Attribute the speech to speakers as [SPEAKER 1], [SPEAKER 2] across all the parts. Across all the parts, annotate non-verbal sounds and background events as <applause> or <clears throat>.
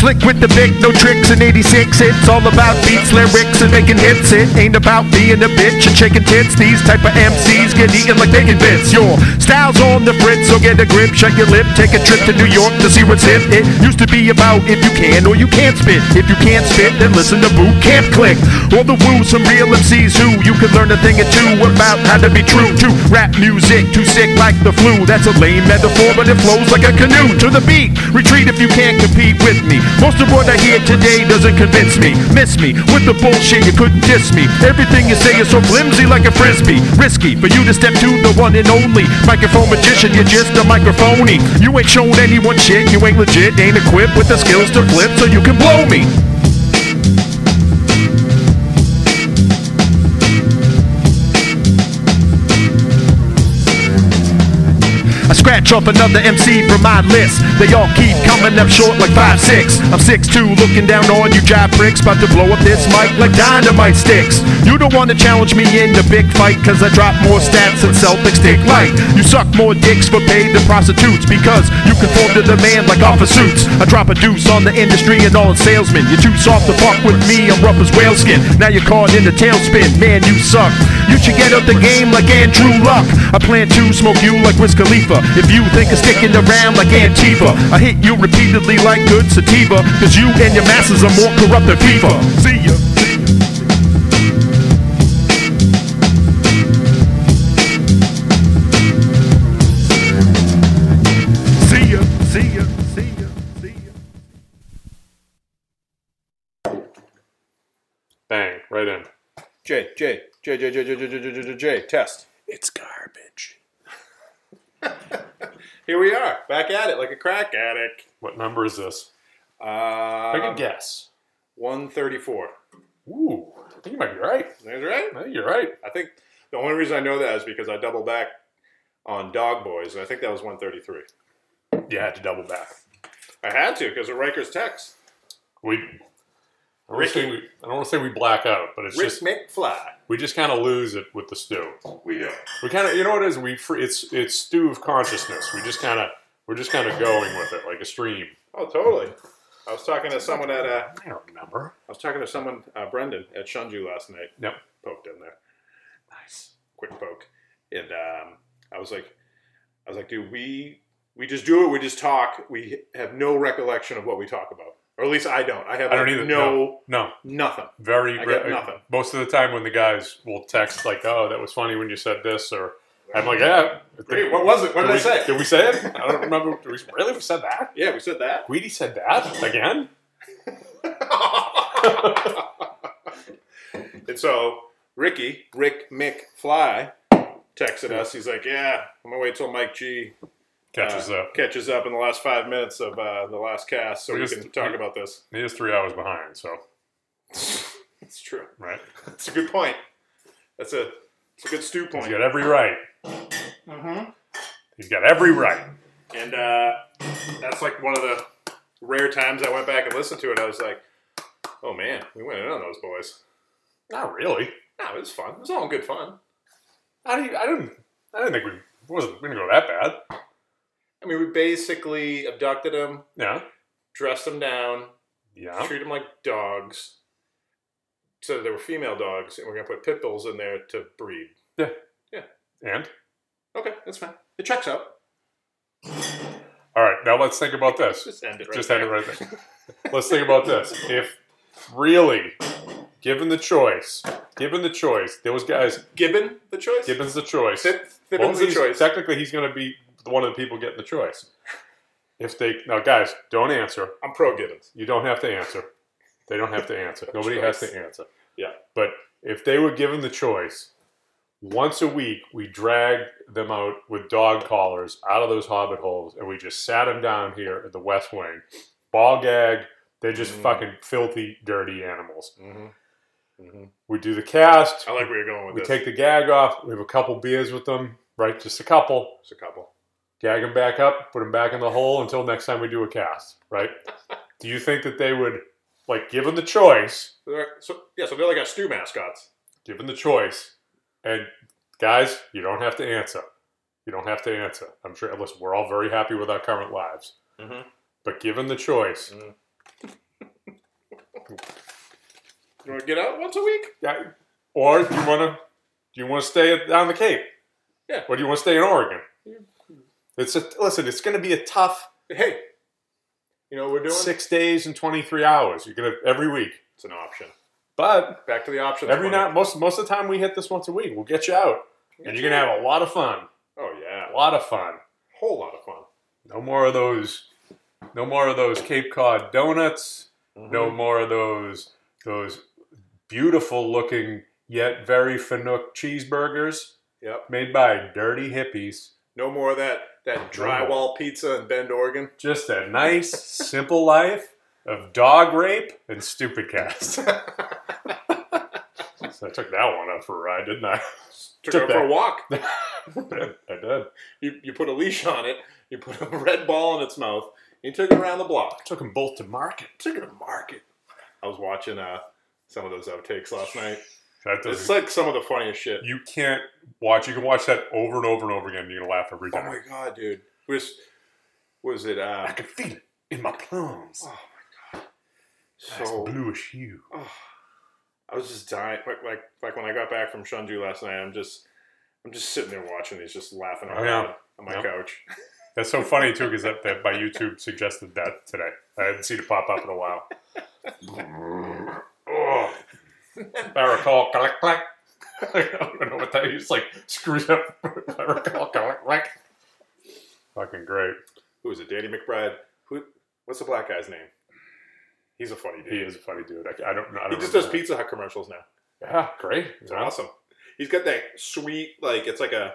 [SPEAKER 1] Slick with the Vic, no tricks in 86. It's all about beats, lyrics, and making hits. It ain't about being a bitch and shaking tits. These type of MCs get eaten like they can bits. Your style's on the fritz, so get a grip, shut your lip, take a trip to New York to see what's hip. It used to be about if you can or you can't spit. If you can't spit, then listen to Boo Camp Click. Or the Woo, some real MCs who you can learn a thing or two about how to be true to rap music. Too sick like the flu, that's a lame metaphor, but it flows like a canoe to the beat. Retreat if you can't compete with me. Most of what I hear today doesn't convince me. Miss me with the bullshit, you couldn't diss me. Everything you say is so flimsy like a frisbee. Risky for you to step to the one and only microphone magician. You're just a microphony. You ain't shown anyone shit. You ain't legit. Ain't equipped with the skills to flip, so you can blow me. I scratch off another MC from my list. They all keep coming up short like 5'6. I'm 6'2, looking down on you jive pricks. About to blow up this mic like dynamite sticks. You don't want to challenge me in the big fight, cause I drop more stats than Celtics dick light. You suck more dicks for paid than prostitutes, because you conform to the man like office suits. I drop a deuce on the industry and all its salesmen. You're too soft to fuck with me, I'm rough as whale skin. Now you're caught in the tailspin, man, you suck. You should get up the game like Andrew Luck. I plan to smoke you like Wiz Khalifa. If you think of sticking around like Antifa, I hit you repeatedly like good sativa. Cause you and your masses are more corrupt than FIFA. See ya. See ya. See ya. See ya. See ya.
[SPEAKER 2] Bang, right in.
[SPEAKER 3] J, J, J, J, J, J, J, J, J, J, J, test.
[SPEAKER 2] It's garbage.
[SPEAKER 3] <laughs> Here we are, back at it like a crack addict.
[SPEAKER 2] What number is this? I can
[SPEAKER 3] Uh,
[SPEAKER 2] guess.
[SPEAKER 3] 134.
[SPEAKER 2] Ooh, I think you might be right.
[SPEAKER 3] That's right.
[SPEAKER 2] I think you're right.
[SPEAKER 3] I think the only reason I know that is because I double back on Dog Boys, and I think that was 133.
[SPEAKER 2] Yeah, I had to double back.
[SPEAKER 3] I had to because of Riker's text.
[SPEAKER 2] We. I don't, wanna say we, I don't want to say we black out, but it's
[SPEAKER 3] Rick
[SPEAKER 2] just
[SPEAKER 3] McFly.
[SPEAKER 2] we just kind of lose it with the stew.
[SPEAKER 3] We do.
[SPEAKER 2] We kind of, you know what it is? We fr- it's it's stew of consciousness. We just kind of we're just kind of going with it like a stream.
[SPEAKER 3] Oh, totally. I was talking to someone at uh,
[SPEAKER 2] I don't remember.
[SPEAKER 3] I was talking to someone, uh, Brendan, at Shunju last night.
[SPEAKER 2] Yep.
[SPEAKER 3] Poked in there. Nice. Quick poke. And um, I was like, I was like, dude, we we just do it. We just talk. We have no recollection of what we talk about, or at least I don't. I have
[SPEAKER 2] I don't
[SPEAKER 3] like,
[SPEAKER 2] either.
[SPEAKER 3] no,
[SPEAKER 2] No,
[SPEAKER 3] nothing.
[SPEAKER 2] very.
[SPEAKER 3] I
[SPEAKER 2] rare-
[SPEAKER 3] get nothing.
[SPEAKER 2] Most of the time, when the guys will text like, "Oh, that was funny when you said this," or I'm like, "Yeah." I think-
[SPEAKER 3] Great. What was it? What did I
[SPEAKER 2] we,
[SPEAKER 3] say?
[SPEAKER 2] Did we say it? I don't remember. Did we really we said that?
[SPEAKER 3] Yeah, we said
[SPEAKER 2] <laughs>
[SPEAKER 3] that.
[SPEAKER 2] Guidi said that again.
[SPEAKER 3] and so Ricky, Rick McFly, texted us. He's like, yeah, I'm gonna wait till Mike G
[SPEAKER 2] Catches
[SPEAKER 3] uh,
[SPEAKER 2] up.
[SPEAKER 3] catches up in the last five minutes of uh, the last cast, so
[SPEAKER 2] We
[SPEAKER 3] we,
[SPEAKER 2] just-
[SPEAKER 3] can talk about this.
[SPEAKER 2] He is three hours behind. So
[SPEAKER 3] It's true. <laughs>
[SPEAKER 2] right,
[SPEAKER 3] That's a good point. That's a it's a good stew
[SPEAKER 2] he's
[SPEAKER 3] point.
[SPEAKER 2] got every right.
[SPEAKER 3] Mm-hmm.
[SPEAKER 2] He's got every right.
[SPEAKER 3] And uh, that's like one of the rare times I went back and listened to it. I was like, oh man, we went in on those boys.
[SPEAKER 2] Not really.
[SPEAKER 3] No, it was fun. It was all in good fun.
[SPEAKER 2] I didn't. I didn't, I didn't think we it wasn't we didn't go that bad.
[SPEAKER 3] I mean, we basically abducted them,
[SPEAKER 2] Yeah.
[SPEAKER 3] dressed them down,
[SPEAKER 2] Yeah.
[SPEAKER 3] treat them like dogs. So that they were female dogs, and we're gonna put pit bulls in there to breed.
[SPEAKER 2] And
[SPEAKER 3] Okay, that's fine. It checks out.
[SPEAKER 2] all right, now let's think about this.
[SPEAKER 3] Just end it right
[SPEAKER 2] Just
[SPEAKER 3] there.
[SPEAKER 2] had it right there. Let's think about this. If really, given the choice, given the choice, those guys,
[SPEAKER 3] Gibbon, the choice?
[SPEAKER 2] Gibbons the choice.
[SPEAKER 3] Thib-
[SPEAKER 2] Well,
[SPEAKER 3] Thibbon's the
[SPEAKER 2] he's-
[SPEAKER 3] choice.
[SPEAKER 2] Technically, he's going to be one of the people getting the choice. If they now, guys, don't answer.
[SPEAKER 3] I'm pro Gibbons.
[SPEAKER 2] You don't have to answer. They don't have to answer. Nobody has to answer.
[SPEAKER 3] Yeah.
[SPEAKER 2] But if they were given the choice, once a week we dragged them out with dog collars out of those hobbit holes and we just sat them down here at the West Wing. Ball gag. They're just
[SPEAKER 3] Mm.
[SPEAKER 2] fucking filthy, dirty animals.
[SPEAKER 3] Mm-hmm. Mm-hmm.
[SPEAKER 2] We do the cast.
[SPEAKER 3] I like where you're going with
[SPEAKER 2] We
[SPEAKER 3] this.
[SPEAKER 2] take the gag off. We have a couple beers with them, right? Just a couple.
[SPEAKER 3] It's a couple.
[SPEAKER 2] Gag them back up, put them back in the hole until next time we do a cast,
[SPEAKER 3] <laughs>
[SPEAKER 2] right? do you think that they would, like, give them the choice?
[SPEAKER 3] They're- So yeah, so they're like our stew mascots.
[SPEAKER 2] given the choice, and guys, you don't have to answer. You don't have to answer. I'm sure. Listen, we're all very happy with our current lives,
[SPEAKER 3] Mhm.
[SPEAKER 2] but given the choice,
[SPEAKER 3] Mhm. You want to get out once a week?
[SPEAKER 2] Yeah. Or do you want to? Do you want to stay at- down the Cape?
[SPEAKER 3] Yeah.
[SPEAKER 2] Or do you want to stay in Oregon? It's a, listen. It's going to be a tough
[SPEAKER 3] Hey, you know what we're doing?
[SPEAKER 2] six days and twenty three hours. You're gonna every week,
[SPEAKER 3] It's an option.
[SPEAKER 2] but
[SPEAKER 3] Back to the options.
[SPEAKER 2] every
[SPEAKER 3] money.
[SPEAKER 2] night, most most of the time, we hit this once a week. We'll get you out, and you're gonna have a lot of fun.
[SPEAKER 3] Oh yeah,
[SPEAKER 2] A lot of fun.
[SPEAKER 3] whole lot of fun.
[SPEAKER 2] No more of those. No more of those Cape Cod donuts.
[SPEAKER 3] Mm-hmm.
[SPEAKER 2] No more of those those beautiful looking yet very Finook cheeseburgers
[SPEAKER 3] Yep.
[SPEAKER 2] made by dirty hippies.
[SPEAKER 3] No more of that that drywall pizza in Bend, Oregon.
[SPEAKER 2] Just a nice, simple life of dog rape and stupid <laughs> cast. so I took that one up for a ride, didn't I?
[SPEAKER 3] Took,
[SPEAKER 2] Took
[SPEAKER 3] it out for
[SPEAKER 2] that.
[SPEAKER 3] a walk.
[SPEAKER 2] <laughs> I did.
[SPEAKER 3] You, you put a leash on it. You put a red ball in its mouth. And you took it around the block.
[SPEAKER 2] Took them both to market.
[SPEAKER 3] Took it to market. I was watching uh, some of those outtakes last night.
[SPEAKER 2] That doesn't-
[SPEAKER 3] It's like some of the funniest shit.
[SPEAKER 2] you can't watch. You can watch that over and over and over again. and You're gonna laugh every
[SPEAKER 3] Oh
[SPEAKER 2] time.
[SPEAKER 3] my god, dude. Was was it? Uh,
[SPEAKER 2] can feel it in my plums.
[SPEAKER 3] Oh,
[SPEAKER 2] Nice
[SPEAKER 3] so
[SPEAKER 2] bluish hue.
[SPEAKER 3] Oh, I was just dying. Like, like like when I got back from Shunju last night, I'm just I'm just sitting there watching these, just laughing out
[SPEAKER 2] Oh, yeah.
[SPEAKER 3] loud on my
[SPEAKER 2] Yeah.
[SPEAKER 3] couch. <laughs>
[SPEAKER 2] That's so funny too, because that, that by YouTube suggested that today. I hadn't seen it pop up in a
[SPEAKER 3] <laughs>
[SPEAKER 2] while. oh, barracol, clack clack. <laughs> I don't know what that is. Like screws up. <laughs> barracol, clack clack. Fucking great.
[SPEAKER 3] Who is it? Danny McBride. Who? What's the black guy's name? He's a funny dude.
[SPEAKER 2] He is a funny dude. I, I don't know. I
[SPEAKER 3] He
[SPEAKER 2] don't
[SPEAKER 3] just
[SPEAKER 2] remember.
[SPEAKER 3] does Pizza Hut commercials now.
[SPEAKER 2] Yeah, great.
[SPEAKER 3] It's
[SPEAKER 2] Yeah.
[SPEAKER 3] awesome. He's got that sweet, like it's like a,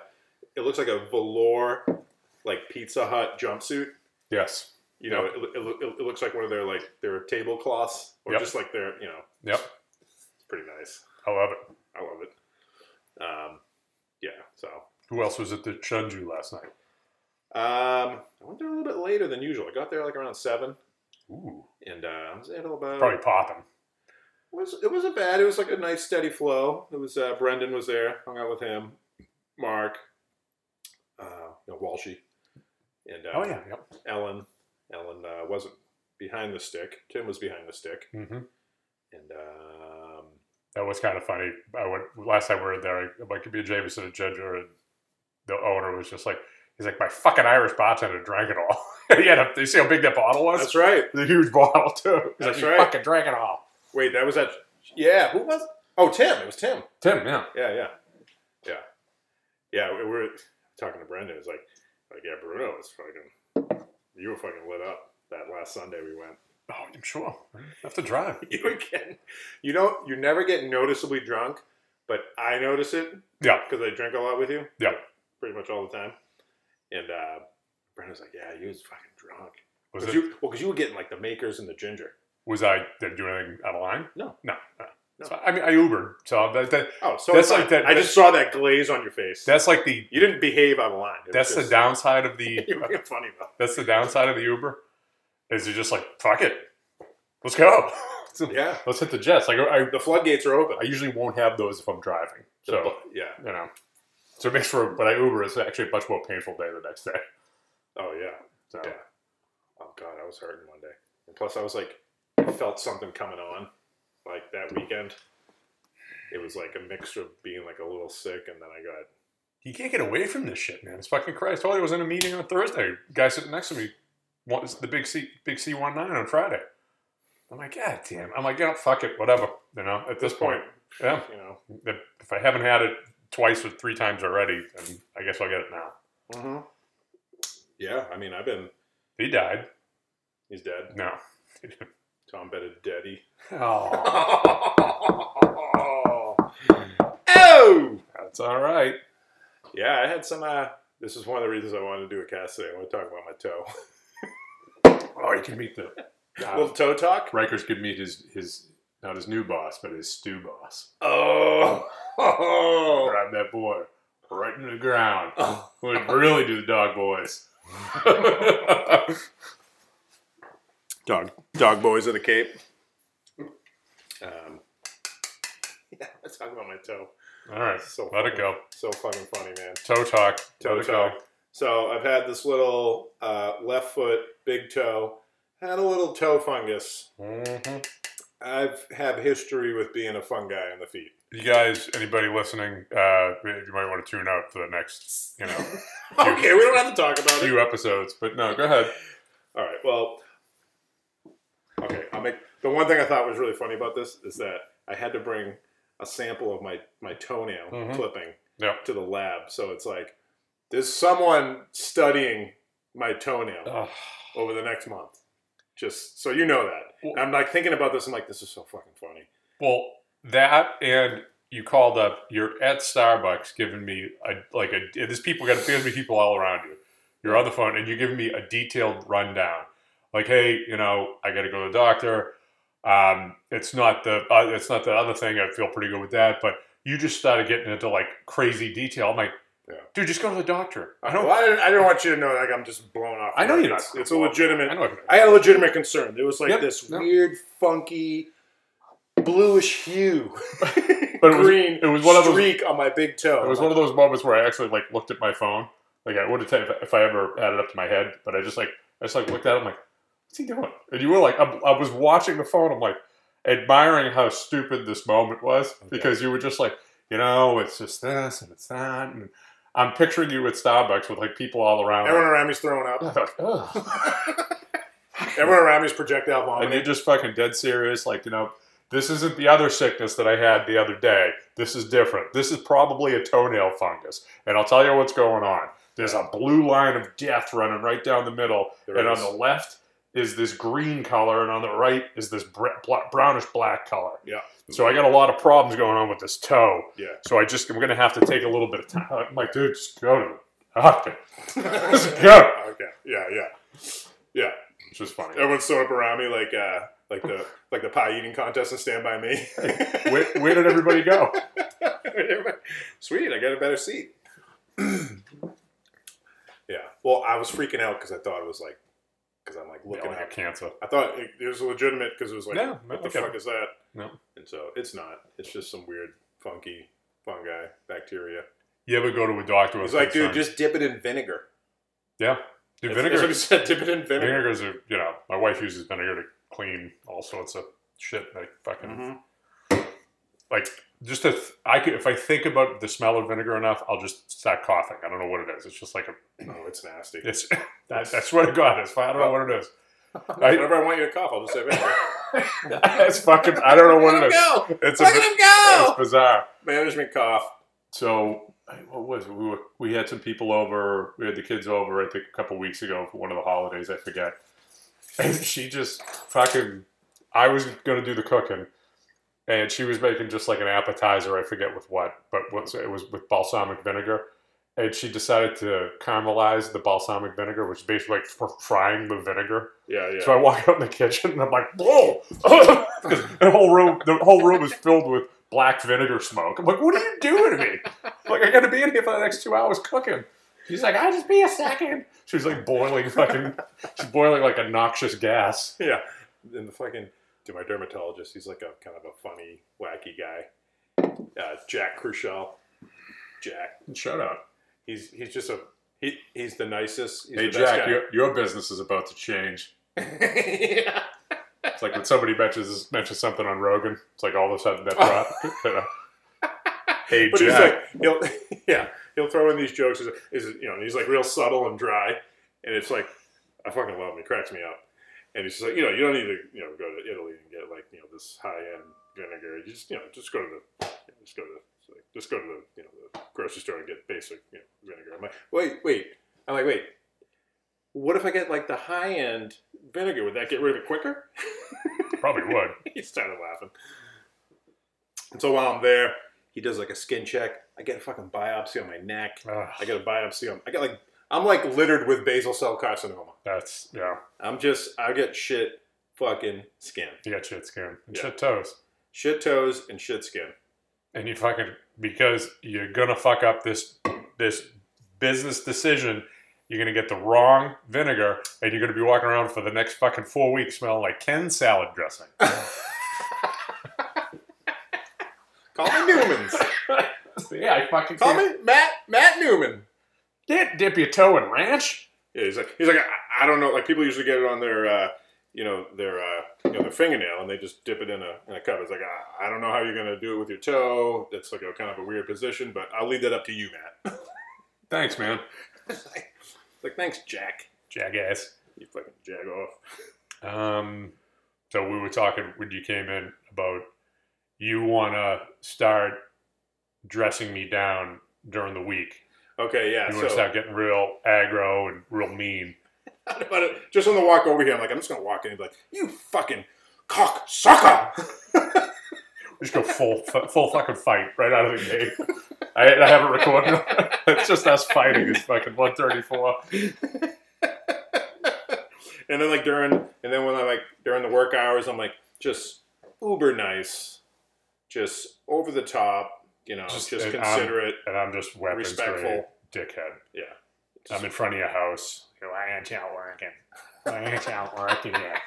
[SPEAKER 3] it looks like a velour, like Pizza Hut jumpsuit.
[SPEAKER 2] Yes.
[SPEAKER 3] You know, it, it, loo- it looks like one of their like their tablecloths or
[SPEAKER 2] Yep.
[SPEAKER 3] just like their, you know,
[SPEAKER 2] Yep.
[SPEAKER 3] it's pretty nice.
[SPEAKER 2] I love it.
[SPEAKER 3] I love it. Um, yeah, so
[SPEAKER 2] Who else was at the Chunju last night?
[SPEAKER 3] um, I went there a little bit later than usual. I got there like around seven,
[SPEAKER 2] Ooh,
[SPEAKER 3] and uh, I was there till about.
[SPEAKER 2] probably popping.
[SPEAKER 3] It was it wasn't bad. It was like a nice steady flow. It was uh, Brendan was there. Hung out with him, Mark, uh, no Walshy, and uh,
[SPEAKER 2] Oh yeah. Yep.
[SPEAKER 3] Ellen. Ellen uh, wasn't behind the stick. Tim was behind the stick,
[SPEAKER 2] Mm-hmm.
[SPEAKER 3] and um,
[SPEAKER 2] That was kind of funny. I went last time we were there. I, I could be a Jameson and Ginger, and the owner was just like, he's like, my fucking Irish bartender drank it all. <laughs> he had a, you see how big that bottle was?
[SPEAKER 3] that's right.
[SPEAKER 2] It was a huge bottle too. He's
[SPEAKER 3] That's
[SPEAKER 2] like,
[SPEAKER 3] right.
[SPEAKER 2] You fucking drank it all.
[SPEAKER 3] Wait, that was that. Yeah, who was? Oh, Tim. It was Tim.
[SPEAKER 2] Tim, yeah.
[SPEAKER 3] Yeah, yeah, yeah, yeah. We were talking to Brendan. It's like, like yeah, Bruno was fucking. You were fucking lit up that last Sunday we went. <laughs>
[SPEAKER 2] Oh, I'm sure. I have to drive.
[SPEAKER 3] You were getting, you don't, you never get noticeably drunk, but I notice it.
[SPEAKER 2] Yeah.
[SPEAKER 3] because I drink a lot with you.
[SPEAKER 2] Yeah.
[SPEAKER 3] pretty much all the time. And uh, Brendan's like, yeah, you was fucking drunk.
[SPEAKER 2] Was
[SPEAKER 3] 'Cause
[SPEAKER 2] it?
[SPEAKER 3] you, well, because you were getting like the makers and the ginger.
[SPEAKER 2] was I did I do anything out of line?
[SPEAKER 3] No.
[SPEAKER 2] no. no.
[SPEAKER 3] No.
[SPEAKER 2] So, I mean, I Ubered, so that, that
[SPEAKER 3] Oh, so
[SPEAKER 2] That's
[SPEAKER 3] it's fine.
[SPEAKER 2] like that-
[SPEAKER 3] I just saw that glaze on your face.
[SPEAKER 2] that's like the
[SPEAKER 3] you didn't behave out of line. It was
[SPEAKER 2] that's the
[SPEAKER 3] just-
[SPEAKER 2] downside of the
[SPEAKER 3] <laughs> You were being funny about.
[SPEAKER 2] that's the downside of the Uber is you're just like fuck it, let's go, <laughs>
[SPEAKER 3] it. Yeah,
[SPEAKER 2] let's hit the jets. Like I,
[SPEAKER 3] the floodgates are open.
[SPEAKER 2] I usually won't have those if I'm driving. So
[SPEAKER 3] So yeah.
[SPEAKER 2] you know, so it makes for but I Uber is actually a much more painful day the next day.
[SPEAKER 3] Oh yeah.
[SPEAKER 2] So
[SPEAKER 3] Yeah. Oh god, I was hurting one day. And plus, I was like, felt something coming on, like that weekend. It was like a mixture of being like a little sick, and then I got
[SPEAKER 2] you can't get away from this shit, man. It's fucking crazy. I told you I was in a meeting on Thursday. Guy sitting next to me wants the big C big C one nine on Friday. I'm like, God damn. I'm like, yeah, fuck it, whatever. You know, at this point, yeah.
[SPEAKER 3] you know.
[SPEAKER 2] If if I haven't had it twice or three times already, then I guess I'll get it now.
[SPEAKER 3] Mm-hmm. Yeah, I mean, I've been.
[SPEAKER 2] He died.
[SPEAKER 3] He's dead.
[SPEAKER 2] No.
[SPEAKER 3] Tom Betted daddy.
[SPEAKER 2] Oh,
[SPEAKER 3] oh.
[SPEAKER 2] <laughs> that's all right.
[SPEAKER 3] Yeah, I had some. Uh, this is one of the reasons I wanted to do a cast today. I want to talk about my toe. <laughs>
[SPEAKER 2] Oh, you can meet the.
[SPEAKER 3] A little toe talk.
[SPEAKER 2] Rikers could meet his his not his new boss, but his stew boss.
[SPEAKER 3] <laughs> Oh. oh.
[SPEAKER 2] Grab that boy right into the ground. Would really do the dog boys.
[SPEAKER 3] dog dog boys of the Cape. Um, <laughs> yeah, let's talk about my toe.
[SPEAKER 2] All right,
[SPEAKER 3] So
[SPEAKER 2] let it go.
[SPEAKER 3] So fucking funny, man.
[SPEAKER 2] Toe talk.
[SPEAKER 3] Toe
[SPEAKER 2] let it
[SPEAKER 3] talk.
[SPEAKER 2] go.
[SPEAKER 3] So I've had this little uh, left foot, big toe, had a little toe fungus
[SPEAKER 2] Mhm.
[SPEAKER 3] I've have history with being a fun guy on the feet.
[SPEAKER 2] You guys, anybody listening, uh, you might want to tune out for the next, you
[SPEAKER 3] <laughs>
[SPEAKER 2] know,
[SPEAKER 3] <laughs> okay, we don't have to talk about it.
[SPEAKER 2] few episodes. But no, go ahead.
[SPEAKER 3] All right. Well, okay. I'll make the one thing I thought was really funny about this is that I had to bring a sample of my my toenail
[SPEAKER 2] Mhm.
[SPEAKER 3] clipping
[SPEAKER 2] Yep.
[SPEAKER 3] to the lab. So it's like there's someone studying my toenail
[SPEAKER 2] Ugh.
[SPEAKER 3] over the next month. Just so you know that. And I'm like thinking about this. I'm like, this is so fucking funny.
[SPEAKER 2] Well, that and you called up. You're at Starbucks, giving me a like a. There's people got there's gonna be people all around you. You're on the phone, and you're giving me a detailed rundown. Like, hey, you know, I got to go to the doctor. Um, it's not the uh, it's not the other thing. I feel pretty good with that, but you just started getting into like crazy detail. I'm like,
[SPEAKER 3] Yeah.
[SPEAKER 2] dude, just go to the doctor. I don't.
[SPEAKER 3] Well, I, didn't, I didn't want you to know. Like I'm just blown off.
[SPEAKER 2] I know you're not.
[SPEAKER 3] It's, it's a legitimate.
[SPEAKER 2] I know. I can-
[SPEAKER 3] I had a legitimate concern. There was like
[SPEAKER 2] Yep,
[SPEAKER 3] this
[SPEAKER 2] no.
[SPEAKER 3] weird, funky, bluish hue,
[SPEAKER 2] <laughs> But it was-
[SPEAKER 3] green.
[SPEAKER 2] it was one of those-
[SPEAKER 3] streak on my big toe.
[SPEAKER 2] It was one of those moments where I actually like looked at my phone. Like I would have if, if I ever had it up to my head, but I just like I just like looked at it. I'm like, what's he doing? And you were like, I'm, I was watching the phone. I'm like admiring how stupid this moment was because you were just like, you know, it's just this and it's that. And I'm picturing you at Starbucks with like people all around.
[SPEAKER 3] Everyone around me's throwing
[SPEAKER 2] <laughs>
[SPEAKER 3] up.
[SPEAKER 2] I thought, "Ugh."
[SPEAKER 3] Everyone around me's projectile
[SPEAKER 2] and
[SPEAKER 3] vomiting.
[SPEAKER 2] you're just fucking dead serious. Like you know, this isn't the other sickness that I had the other day. This is different. This is probably a toenail fungus, and I'll tell you what's going on. There's a blue line of death running right down the middle,
[SPEAKER 3] There
[SPEAKER 2] and
[SPEAKER 3] is.
[SPEAKER 2] on the left is this green color, and on the right is this br- bla- brownish black color.
[SPEAKER 3] Yeah.
[SPEAKER 2] So I got a lot of problems going on with this toe.
[SPEAKER 3] Yeah.
[SPEAKER 2] So I just I'm gonna have to take a little bit of time. I'm like, dude, just go to the doctor. Just go.
[SPEAKER 3] <laughs> okay. Yeah. Yeah. Yeah.
[SPEAKER 2] Which is funny.
[SPEAKER 3] Everyone's throwing up around me like uh like the like the pie eating contest and Stand by Me.
[SPEAKER 2] Where, where did everybody go?
[SPEAKER 3] Everybody- <laughs> Sweet, I got a better seat. <clears throat> yeah. Well, I was freaking out because I thought it was like, because I'm like looking
[SPEAKER 2] Yeah,
[SPEAKER 3] up.
[SPEAKER 2] like a cancer.
[SPEAKER 3] I thought it, it was legitimate because it was like,
[SPEAKER 2] No, no,
[SPEAKER 3] what the
[SPEAKER 2] okay.
[SPEAKER 3] fuck is that?
[SPEAKER 2] No.
[SPEAKER 3] And so it's not. It's just some weird, funky fungi, bacteria.
[SPEAKER 2] You ever go to a doctor with
[SPEAKER 3] He's like, dude,
[SPEAKER 2] concerns?
[SPEAKER 3] just dip it in vinegar.
[SPEAKER 2] yeah, dude,
[SPEAKER 3] That's-
[SPEAKER 2] vinegar.
[SPEAKER 3] That's what he said. Dip it in vinegar.
[SPEAKER 2] Vinegars are you know my wife uses vinegar to clean all sorts of shit. Like fucking
[SPEAKER 3] Mhm.
[SPEAKER 2] like just to th- I could if I think about the smell of vinegar enough, I'll just start coughing. I don't know what it is. It's just like a
[SPEAKER 3] No, it's nasty.
[SPEAKER 2] it's. <laughs> I, I swear to God, it's. I don't know what it is. I,
[SPEAKER 3] <laughs> Whenever I want you to cough, I'll just
[SPEAKER 2] <laughs>
[SPEAKER 3] say vinegar.
[SPEAKER 2] it's fucking. I don't know what it is.
[SPEAKER 3] go.
[SPEAKER 2] It's a.
[SPEAKER 3] Look at him
[SPEAKER 2] It's
[SPEAKER 3] go.
[SPEAKER 2] bizarre.
[SPEAKER 3] Management cough.
[SPEAKER 2] So I- what was it? we were, we had some people over. We had the kids over. I think a couple weeks ago for one of the holidays. I forget. <laughs> And she just fucking. I was gonna do the cooking, and she was making just like an appetizer. I forget with what, but what's it was with balsamic vinegar. And she decided to caramelize the balsamic vinegar, which is basically like fr- frying the vinegar.
[SPEAKER 3] Yeah, yeah.
[SPEAKER 2] So I walk out in the kitchen and I'm like, whoa! <laughs> 'Cause the whole room, the whole room is filled with black vinegar smoke. I'm like, what are you doing to me? I'm like, I got to be in here for the next two hours cooking. She's like, I'll just be a second. She was like boiling fucking, she's boiling like a noxious gas.
[SPEAKER 3] Yeah. And the fucking dude, my dermatologist, he's like a kind of a funny, wacky guy. Uh, Jack Crucial. Jack.
[SPEAKER 2] Shut up.
[SPEAKER 3] He's he's just a he, he's the nicest. He's
[SPEAKER 2] Hey,
[SPEAKER 3] the
[SPEAKER 2] Jack,
[SPEAKER 3] best
[SPEAKER 2] your, your business is about to
[SPEAKER 3] <laughs>
[SPEAKER 2] change.
[SPEAKER 3] guy. yeah.
[SPEAKER 2] It's like when somebody mentions, mentions something on Rogan, it's like all of a sudden that drop. you know?
[SPEAKER 3] <laughs>
[SPEAKER 2] Hey,
[SPEAKER 3] But
[SPEAKER 2] Jack.
[SPEAKER 3] he's like he'll <laughs> yeah, he'll throw in these jokes is is you know, and he's like real subtle and dry and it's like I fucking love him, he cracks me up. And he's just like, you know, you don't need to, you know, go to Italy and get like, you know, this high end vinegar. You just you know, just go to the just go to the it's like, just go to the you know the grocery store and get basic, you know, vinegar. I'm like, wait, wait. I'm like, wait. What if I get like the high end vinegar? Would that get rid of it quicker?
[SPEAKER 2] Probably would.
[SPEAKER 3] <laughs> he started laughing. And so while I'm there, he does like a skin check. I get a fucking biopsy on my neck.
[SPEAKER 2] Ugh,
[SPEAKER 3] I get a biopsy on. I get like I'm like littered with basal cell carcinoma.
[SPEAKER 2] that's, yeah,
[SPEAKER 3] I'm just I get shit fucking skin,
[SPEAKER 2] you got shit skin and
[SPEAKER 3] Yeah.
[SPEAKER 2] shit toes.
[SPEAKER 3] shit toes and shit skin.
[SPEAKER 2] and you fucking because you're gonna fuck up this this business decision. You're gonna get the wrong vinegar, and you're gonna be walking around for the next fucking four weeks smelling like Ken salad dressing.
[SPEAKER 3] Call me
[SPEAKER 2] <laughs>
[SPEAKER 3] Newman's.
[SPEAKER 2] <laughs> yeah, I fucking
[SPEAKER 3] Call
[SPEAKER 2] can't-
[SPEAKER 3] me Matt Matt Newman.
[SPEAKER 2] Can't dip your toe in ranch.
[SPEAKER 3] Yeah, he's like he's like I, I don't know. Like people usually get it on their uh, you know their uh, you know their fingernail and they just dip it in a in a cup. It's like I, I don't know how you're gonna do it with your toe. That's like a kind of a weird position, but I'll leave that up to you, Matt.
[SPEAKER 2] <laughs> Thanks, man.
[SPEAKER 3] it's like, it's <laughs> like thanks, Jack.
[SPEAKER 2] Jackass.
[SPEAKER 3] You fucking jag off.
[SPEAKER 2] Um, so we were talking when you came in about you want to start dressing me down during the week.
[SPEAKER 3] Okay, yeah.
[SPEAKER 2] You
[SPEAKER 3] so
[SPEAKER 2] want to start getting real aggro and real mean.
[SPEAKER 3] <laughs> But uh, just on the walk over here, I'm like, I'm just gonna walk in and be like, you fucking cock <laughs> sucker.
[SPEAKER 2] Just go full f- full fucking fight right out of the gate. I, I haven't recorded. <laughs> it's just us fighting. It's fucking 134.
[SPEAKER 3] and then like during and then when I like during the work hours, I'm like just uber nice, just over the top, you know,
[SPEAKER 2] Just-
[SPEAKER 3] just, uh,
[SPEAKER 2] and, um,
[SPEAKER 3] considerate,
[SPEAKER 2] And I'm just weapons grade
[SPEAKER 3] respectful.
[SPEAKER 2] dickhead.
[SPEAKER 3] Yeah.
[SPEAKER 2] I'm in front of your house. I ain't out working. I ain't out working yet.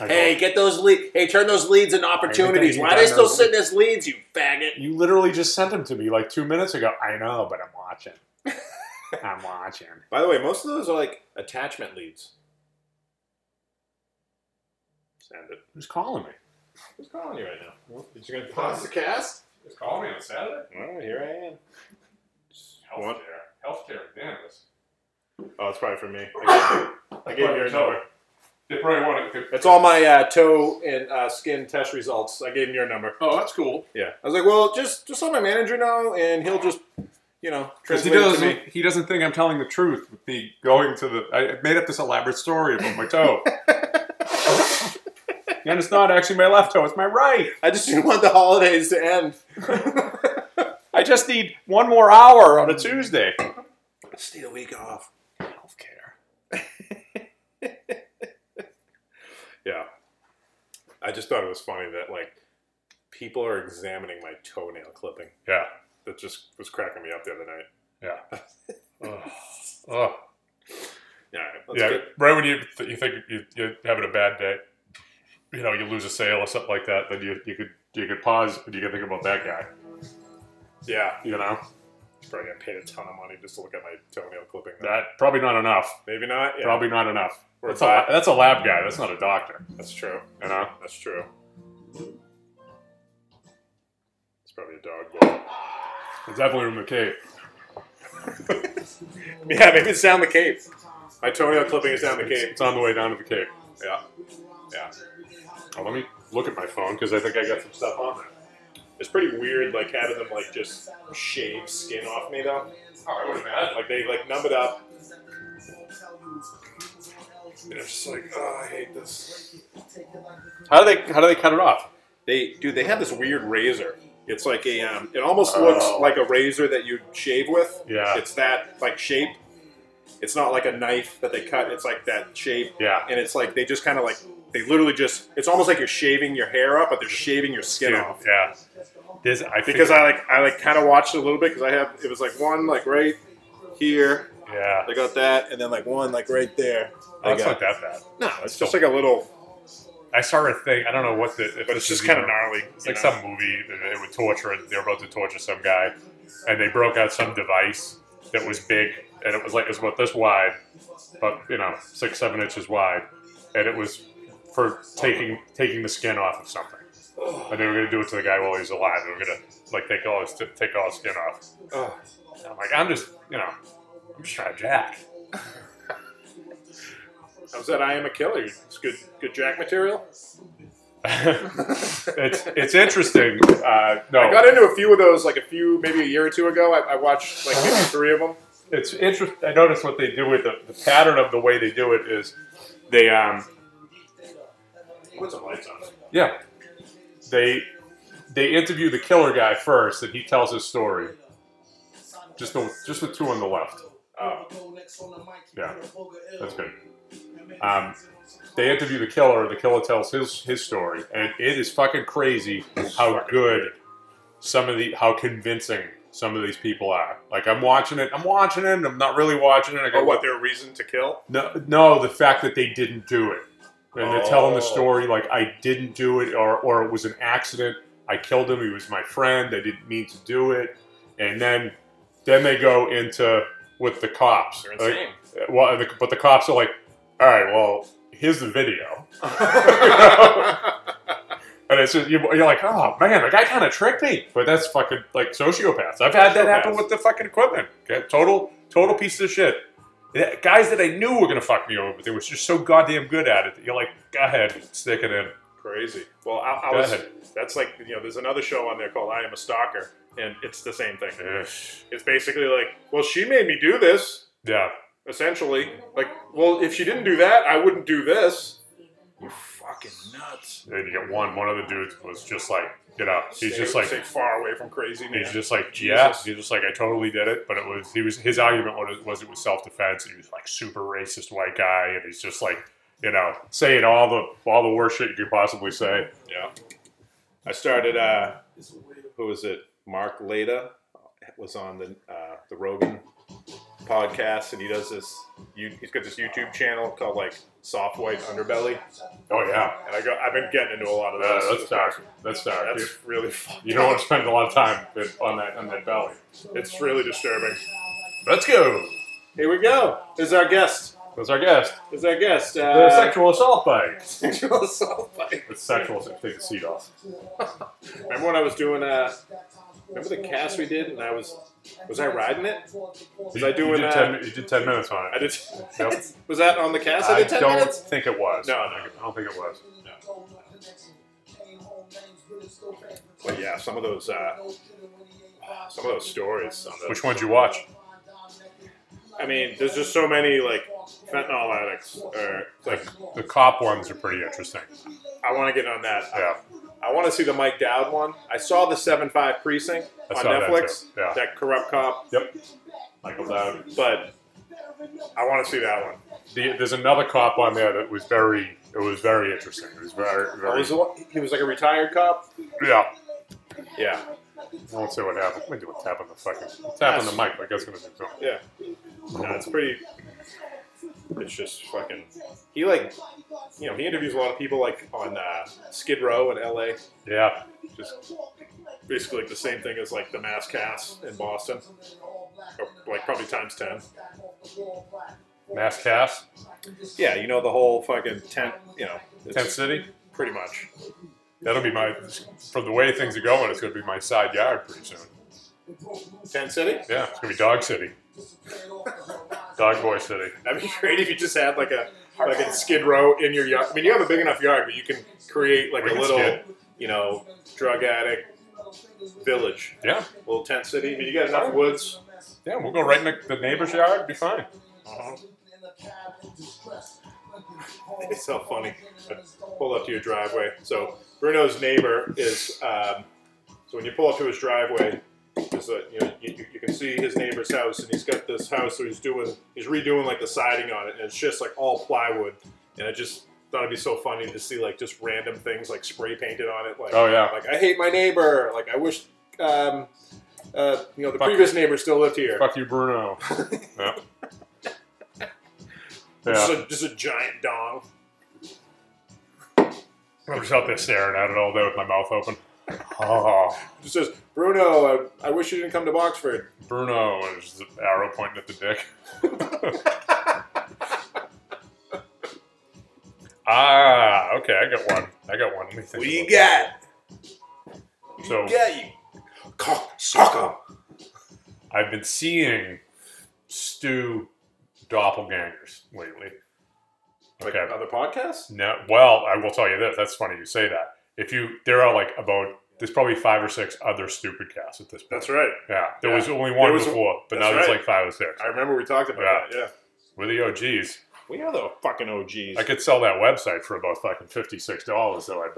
[SPEAKER 2] I go,
[SPEAKER 3] Hey, get those leads. Hey, turn those leads into opportunities.
[SPEAKER 2] you
[SPEAKER 3] Why are they
[SPEAKER 2] got
[SPEAKER 3] still
[SPEAKER 2] those-
[SPEAKER 3] sitting as leads, you faggot?
[SPEAKER 2] You literally just sent them to me like two minutes ago. I know, but I'm
[SPEAKER 3] <laughs>
[SPEAKER 2] watching. I'm watching.
[SPEAKER 3] By the way, most of those are like attachment leads. Send it.
[SPEAKER 2] Who's calling me?
[SPEAKER 3] Who's calling you right now? Is you gonna pause the cast?
[SPEAKER 2] Just call me on Saturday.
[SPEAKER 3] Well, here I am. What?
[SPEAKER 2] Healthcare, damn this.
[SPEAKER 3] Oh, it's probably for me. <laughs> I gave, I gave you a number.
[SPEAKER 2] They probably want to.
[SPEAKER 3] It's all my uh, toe and uh, skin test results. I gave him your number.
[SPEAKER 2] Oh, that's cool.
[SPEAKER 3] Yeah. I was like, well, just just let my manager know, and he'll just, you know,
[SPEAKER 2] Because he
[SPEAKER 3] translate it to
[SPEAKER 2] doesn't.
[SPEAKER 3] me.
[SPEAKER 2] He doesn't think I'm telling the truth. With me going to the, I made up this elaborate story about my toe.
[SPEAKER 3] <laughs>
[SPEAKER 2] and it's not actually my left toe; it's my right.
[SPEAKER 3] I just <laughs> didn't want the holidays to end.
[SPEAKER 2] I just need one more hour on a Tuesday.
[SPEAKER 3] Stay a week off.
[SPEAKER 2] Healthcare.
[SPEAKER 3] Yeah. I just thought it was funny that like people are examining my toenail clipping.
[SPEAKER 2] Yeah.
[SPEAKER 3] That just was cracking me up the other night.
[SPEAKER 2] Yeah.
[SPEAKER 3] <laughs>
[SPEAKER 2] Ugh. Ugh.
[SPEAKER 3] Yeah. all right, let's
[SPEAKER 2] yeah,
[SPEAKER 3] get-
[SPEAKER 2] right when you th- you think you, you're having a bad day, you know, you lose a sale or something like that, then you, you could you could pause and you could think about that guy.
[SPEAKER 3] yeah.
[SPEAKER 2] You know,
[SPEAKER 3] He's probably gonna pay a ton of money just to look at my toenail clipping.
[SPEAKER 2] that probably not enough.
[SPEAKER 3] Maybe not. Yeah.
[SPEAKER 2] Probably not enough.
[SPEAKER 3] Or
[SPEAKER 2] that's a
[SPEAKER 3] buy-
[SPEAKER 2] la- that's a lab guy. That's not a doctor.
[SPEAKER 3] That's true.
[SPEAKER 2] You know.
[SPEAKER 3] That's true. It's probably a dog. Boy.
[SPEAKER 2] It's definitely room McCabe.
[SPEAKER 3] <laughs> Yeah, maybe it's down the cape. My toenail clipping is down the
[SPEAKER 2] It's,
[SPEAKER 3] cape.
[SPEAKER 2] it's on the way down to the Cape.
[SPEAKER 3] Yeah. Yeah.
[SPEAKER 2] Oh, let me look at my phone because I think I got some stuff on there.
[SPEAKER 3] It's pretty weird, like having them like just shave skin off me though.
[SPEAKER 2] I would imagine.
[SPEAKER 3] Like they like numb it up. And it's just like, oh, I hate this.
[SPEAKER 2] How do they how do they cut it off?
[SPEAKER 3] They, dude, they have this weird razor. It's like a, um, it almost looks
[SPEAKER 2] Oh.
[SPEAKER 3] like a razor that you shave with.
[SPEAKER 2] Yeah.
[SPEAKER 3] It's that like shape. It's not like a knife that they cut. It's like that shape.
[SPEAKER 2] Yeah.
[SPEAKER 3] And it's like they just kind of like they literally just. It's almost like you're shaving your hair up, but they're shaving your skin
[SPEAKER 2] Dude,
[SPEAKER 3] off.
[SPEAKER 2] yeah. This I
[SPEAKER 3] because
[SPEAKER 2] figured-
[SPEAKER 3] I like I like kind of watched it a little bit because I have it was like one like right here
[SPEAKER 2] yeah.
[SPEAKER 3] I got that and then like one like right there. I
[SPEAKER 2] Oh, it's not
[SPEAKER 3] got-
[SPEAKER 2] that bad.
[SPEAKER 3] No, it's just like a little,
[SPEAKER 2] I saw a thing. I don't know what the. If
[SPEAKER 3] but
[SPEAKER 2] this
[SPEAKER 3] it's just
[SPEAKER 2] is
[SPEAKER 3] kind of
[SPEAKER 2] even-
[SPEAKER 3] gnarly.
[SPEAKER 2] It's
[SPEAKER 3] you
[SPEAKER 2] like
[SPEAKER 3] know?
[SPEAKER 2] some movie that they would torture. They were about to torture some guy, and they broke out some device that was big, and it was like it was about this wide, but you know six seven inches wide, and it was for taking taking the skin off of something. And they were gonna do it to the guy while he was alive. They were gonna like take all his take all his skin off.
[SPEAKER 3] Ugh.
[SPEAKER 2] And I'm like, I'm just you know, I'm just trying to jack.
[SPEAKER 3] I was that I am a killer. It's good good Jack material.
[SPEAKER 2] <laughs> it's it's interesting. Uh, no,
[SPEAKER 3] I got into a few of those like a few maybe a year or two ago. I, I watched like maybe three of them.
[SPEAKER 2] it's interesting. I noticed what they do with the, the pattern of the way they do it is they um
[SPEAKER 3] Put some lights on.
[SPEAKER 2] yeah they they interview the killer guy first and he tells his story. Just the just the two on the left.
[SPEAKER 3] Oh,
[SPEAKER 2] Yeah, that's good. Um, they interview the killer. The killer tells his his story, and it is fucking crazy how good some of the how convincing some of these people are. Like I'm watching it. I'm watching it. and I'm not really watching it. I go,
[SPEAKER 3] or Oh, what? Their reason to kill?
[SPEAKER 2] No, no, the fact that they didn't do it, and they're telling
[SPEAKER 3] Oh.
[SPEAKER 2] the story like I didn't do it, or or it was an accident. I killed him. He was my friend. I didn't mean to do it. And then, then they go into with the cops.
[SPEAKER 3] They're
[SPEAKER 2] Like, uh,
[SPEAKER 3] insane.
[SPEAKER 2] well, and the, but the cops are like, all right, well, he here's the
[SPEAKER 3] <laughs>
[SPEAKER 2] video. And it's just, you're you're like, oh man, the guy kind of tricked me. But that's fucking like sociopaths. I've had that happen
[SPEAKER 3] Sociopaths.
[SPEAKER 2] with the fucking equipment. Okay? Total, total piece of shit. Yeah, Guys that I knew were gonna fuck me over, but they were just so goddamn good at it that you're like, go ahead, stick it in.
[SPEAKER 3] Crazy. Well, I, I
[SPEAKER 2] Go
[SPEAKER 3] was.
[SPEAKER 2] ahead.
[SPEAKER 3] That's like you know, there's another show on there called "I Am a Stalker," and it's the same thing.
[SPEAKER 2] Yeah.
[SPEAKER 3] It's basically like, well, she made me do this.
[SPEAKER 2] Yeah,
[SPEAKER 3] Essentially, like, well, if she didn't do that, I wouldn't do this. You fucking nuts.
[SPEAKER 2] and you get one. One of the dudes was just like, you know, he's
[SPEAKER 3] Stay-
[SPEAKER 2] just like,
[SPEAKER 3] stay far away from crazy. man.
[SPEAKER 2] he's just like, yeah,
[SPEAKER 3] Jesus.
[SPEAKER 2] he's just like, I totally did it. But it was, he was, his argument was, was it was self defense. He was like super racist white guy, and he's just like, you know, saying all the all the worst shit you could possibly say.
[SPEAKER 3] Yeah. I started. Uh, who was it? Mark Leda was on the uh, the Rogan podcast, and he does this. You, he's got this YouTube channel called like Soft White Underbelly,
[SPEAKER 2] Oh yeah.
[SPEAKER 3] and I go. I've been getting into a lot of
[SPEAKER 2] Uh,
[SPEAKER 3] those.
[SPEAKER 2] that's dark. That's dark.
[SPEAKER 3] That's really. fu-
[SPEAKER 2] you don't want to spend a lot of time in- on that on that belly.
[SPEAKER 3] It's really disturbing.
[SPEAKER 2] Let's go.
[SPEAKER 3] Here we go. This is our guest.
[SPEAKER 2] That's our guest.
[SPEAKER 3] This is our guest.
[SPEAKER 2] The
[SPEAKER 3] Uh,
[SPEAKER 2] sexual assault bike.
[SPEAKER 3] sexual assault bike.
[SPEAKER 2] It's sexual. So take the seat off.
[SPEAKER 3] Remember when I was doing uh, remember the cast we did, and I was, was I riding it? Was
[SPEAKER 2] You-
[SPEAKER 3] I
[SPEAKER 2] you
[SPEAKER 3] doing?
[SPEAKER 2] did
[SPEAKER 3] uh,
[SPEAKER 2] 10 you did ten minutes on it.
[SPEAKER 3] I did.
[SPEAKER 2] Yep.
[SPEAKER 3] <laughs> Was that on the cast? I did 10
[SPEAKER 2] don't
[SPEAKER 3] minutes?
[SPEAKER 2] think it was.
[SPEAKER 3] No,
[SPEAKER 2] I don't think it was.
[SPEAKER 3] But yeah, some of those uh, some of those stories. On the,
[SPEAKER 2] Which one'd you <laughs>
[SPEAKER 3] <laughs>
[SPEAKER 2] watch?
[SPEAKER 3] I mean, there's just so many like fentanyl addicts, or like
[SPEAKER 2] The cop ones are pretty interesting.
[SPEAKER 3] I want to get on that.
[SPEAKER 2] Yeah.
[SPEAKER 3] I, want to see the Mike Dowd one. I saw the Seven Five Precinct
[SPEAKER 2] I
[SPEAKER 3] on
[SPEAKER 2] saw that
[SPEAKER 3] Netflix.
[SPEAKER 2] too, yeah.
[SPEAKER 3] That corrupt cop,
[SPEAKER 2] Yep. Michael Dowd.
[SPEAKER 3] but I want to see that one.
[SPEAKER 2] The, there's another cop on there that was very. It was very interesting. It was very,
[SPEAKER 3] Oh,
[SPEAKER 2] very.
[SPEAKER 3] he's the one- he was like a retired cop.
[SPEAKER 2] Yeah.
[SPEAKER 3] Yeah,
[SPEAKER 2] I won't say what happened. Let me do a tap on the fucking tap on the mic. Like that's gonna do something.
[SPEAKER 3] yeah. No, it's pretty. It's just fucking. He like, you know, he interviews a lot of people like on uh, Skid Row in L.A.
[SPEAKER 2] Yeah.
[SPEAKER 3] just basically like the same thing as like the mass cast in Boston, or, like probably times ten.
[SPEAKER 2] Mass cast.
[SPEAKER 3] Yeah, you know the whole fucking tent, you know, it's
[SPEAKER 2] Tent City.
[SPEAKER 3] pretty much.
[SPEAKER 2] That'll be my. From the way things are going, it's gonna be my side yard pretty soon.
[SPEAKER 3] Tent City.
[SPEAKER 2] Yeah. It's gonna be Dog City. Dog Boy City.
[SPEAKER 3] That'd be <laughs> great if you just had like a fucking skid row in your yard. I mean, you have a big enough yard, but you can create like
[SPEAKER 2] We
[SPEAKER 3] a
[SPEAKER 2] can
[SPEAKER 3] little,
[SPEAKER 2] skid.
[SPEAKER 3] you know, drug addict village,
[SPEAKER 2] Yeah.
[SPEAKER 3] little tent city. I mean, you got enough woods.
[SPEAKER 2] Yeah. We'll go right in the, the neighbor's yard. Be fine.
[SPEAKER 3] It's so funny. Pull up to your driveway. So Bruno's neighbor is. Um, so when you pull up to his driveway, there's a, you, know, you, you- you can see his neighbor's house, and he's got this house. So he's doing he's redoing like the siding on it, and it's just like all plywood. And I just thought it'd be so funny to see like just random things like spray painted on it. Like
[SPEAKER 2] Oh, yeah.
[SPEAKER 3] like I hate my neighbor. Like I wish. Um, uh, you know the
[SPEAKER 2] Fuck.
[SPEAKER 3] previous neighbor still lived here.
[SPEAKER 2] Fuck you, Bruno. yeah.
[SPEAKER 3] Just,
[SPEAKER 2] Yeah.
[SPEAKER 3] a, just a giant dong.
[SPEAKER 2] I'm just out there staring at it all day with my mouth open. Oh,
[SPEAKER 3] Just says Bruno. I, I wish you didn't come to Boxford.
[SPEAKER 2] Bruno is the arrow pointing at the dick. <laughs> ah, okay, I got one. I got one. Let me think. about that.
[SPEAKER 3] got?
[SPEAKER 2] So
[SPEAKER 3] Yeah, you cock sucker.
[SPEAKER 2] I've been seeing Stu doppelgangers lately.
[SPEAKER 3] Like uh,
[SPEAKER 2] Okay.
[SPEAKER 3] other podcasts?
[SPEAKER 2] No, well, I will tell you this. That's funny you say that. If you, there are like about there's probably five or six other stupid casts at this point.
[SPEAKER 3] That's right.
[SPEAKER 2] Yeah, there
[SPEAKER 3] Yeah.
[SPEAKER 2] was only one
[SPEAKER 3] There was-
[SPEAKER 2] before, but now
[SPEAKER 3] that's
[SPEAKER 2] there's
[SPEAKER 3] right.
[SPEAKER 2] like five or six.
[SPEAKER 3] I remember we talked about
[SPEAKER 2] Yeah.
[SPEAKER 3] that. Yeah,
[SPEAKER 2] We're the OGs.
[SPEAKER 3] we are the fucking OGs.
[SPEAKER 2] I could sell that website for about fucking fifty six dollars, though. I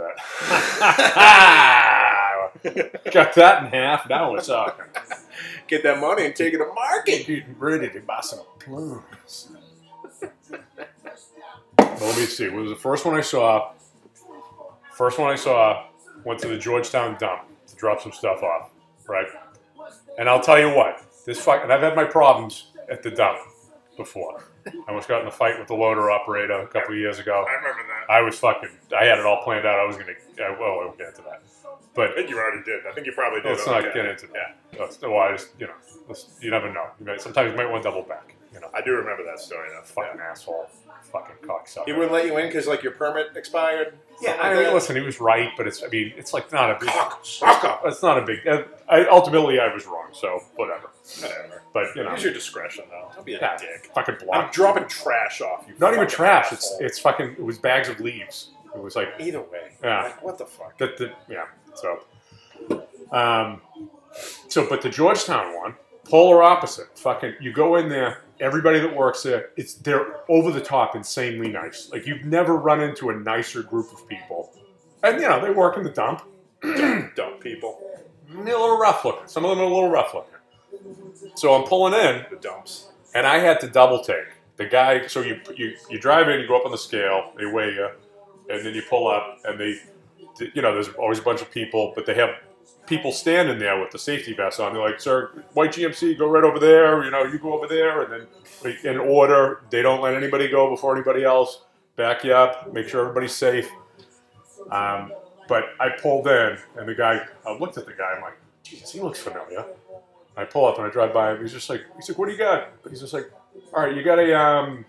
[SPEAKER 3] <laughs>
[SPEAKER 2] bet. <laughs> Cut that in half. Now uh, we're talking.
[SPEAKER 3] Get that money and take it to market.
[SPEAKER 2] Getting ready to buy some plumes. Let me see. It was the first one I saw. First one I saw. Went to the Georgetown dump to drop some stuff off. Right. And I'll tell you what. This fuck. And I've had my problems at the dump before. I almost got in a fight with the loader operator a couple of years ago.
[SPEAKER 3] I remember that.
[SPEAKER 2] I was fucking. I had it all planned out. I was gonna. I, well, I won't get into that. But
[SPEAKER 3] I think you already did. Oh, I think you probably did.
[SPEAKER 2] let's
[SPEAKER 3] on
[SPEAKER 2] not
[SPEAKER 3] that.
[SPEAKER 2] get into that. Let's- Well, I just, you know, let's, you never know. You might, sometimes you might want to double back. You know,
[SPEAKER 3] I do remember that story. Though.
[SPEAKER 2] fucking asshole. fucking cocksucker.
[SPEAKER 3] He wouldn't let you in because like your permit expired.
[SPEAKER 2] yeah,
[SPEAKER 3] something
[SPEAKER 2] I
[SPEAKER 3] like
[SPEAKER 2] mean,
[SPEAKER 3] that?
[SPEAKER 2] listen, he was right, but it's I mean, it's like not a big.
[SPEAKER 3] Cocksucker.
[SPEAKER 2] It's not a big. uh, I, ultimately, I was wrong, so whatever.
[SPEAKER 3] Whatever.
[SPEAKER 2] But you know,
[SPEAKER 3] Use your discretion though. Don't be a
[SPEAKER 2] yeah,
[SPEAKER 3] dick.
[SPEAKER 2] fucking
[SPEAKER 3] I'm
[SPEAKER 2] block.
[SPEAKER 3] dropping trash off you.
[SPEAKER 2] Not even
[SPEAKER 3] fucking
[SPEAKER 2] trash. It's
[SPEAKER 3] asshole.
[SPEAKER 2] it's fucking. It was bags of leaves. It was like
[SPEAKER 3] either way.
[SPEAKER 2] Yeah.
[SPEAKER 3] Like, what the fuck?
[SPEAKER 2] That the yeah. So, um, so but the Georgetown one, polar opposite. Fucking, you go in there. Everybody that works there, it's they're over the top, insanely nice. Like you've never run into a nicer group of people. And you know they work in the dump. <clears throat>
[SPEAKER 3] Dumb people.
[SPEAKER 2] They're a little rough looking. Some of them are a little rough looking. So I'm pulling in,
[SPEAKER 3] The dumps.
[SPEAKER 2] and I had to double take the guy. So you you you drive in, you go up on the scale, they weigh you, and then you pull up, and they, you know, there's always a bunch of people, but they have people standing there with the safety vests on. They're like, "Sir, white GMC, go right over there. You know, you go over there, and then like, in order, they don't let anybody go before anybody else. Back you up, make sure everybody's safe." Um, but I pulled in, and the guy, I looked at the guy, I'm like, Jesus, he looks familiar. I pull up and I drive by him. He's just like, he's like, what do you got? He's just like, all right, you got a, um,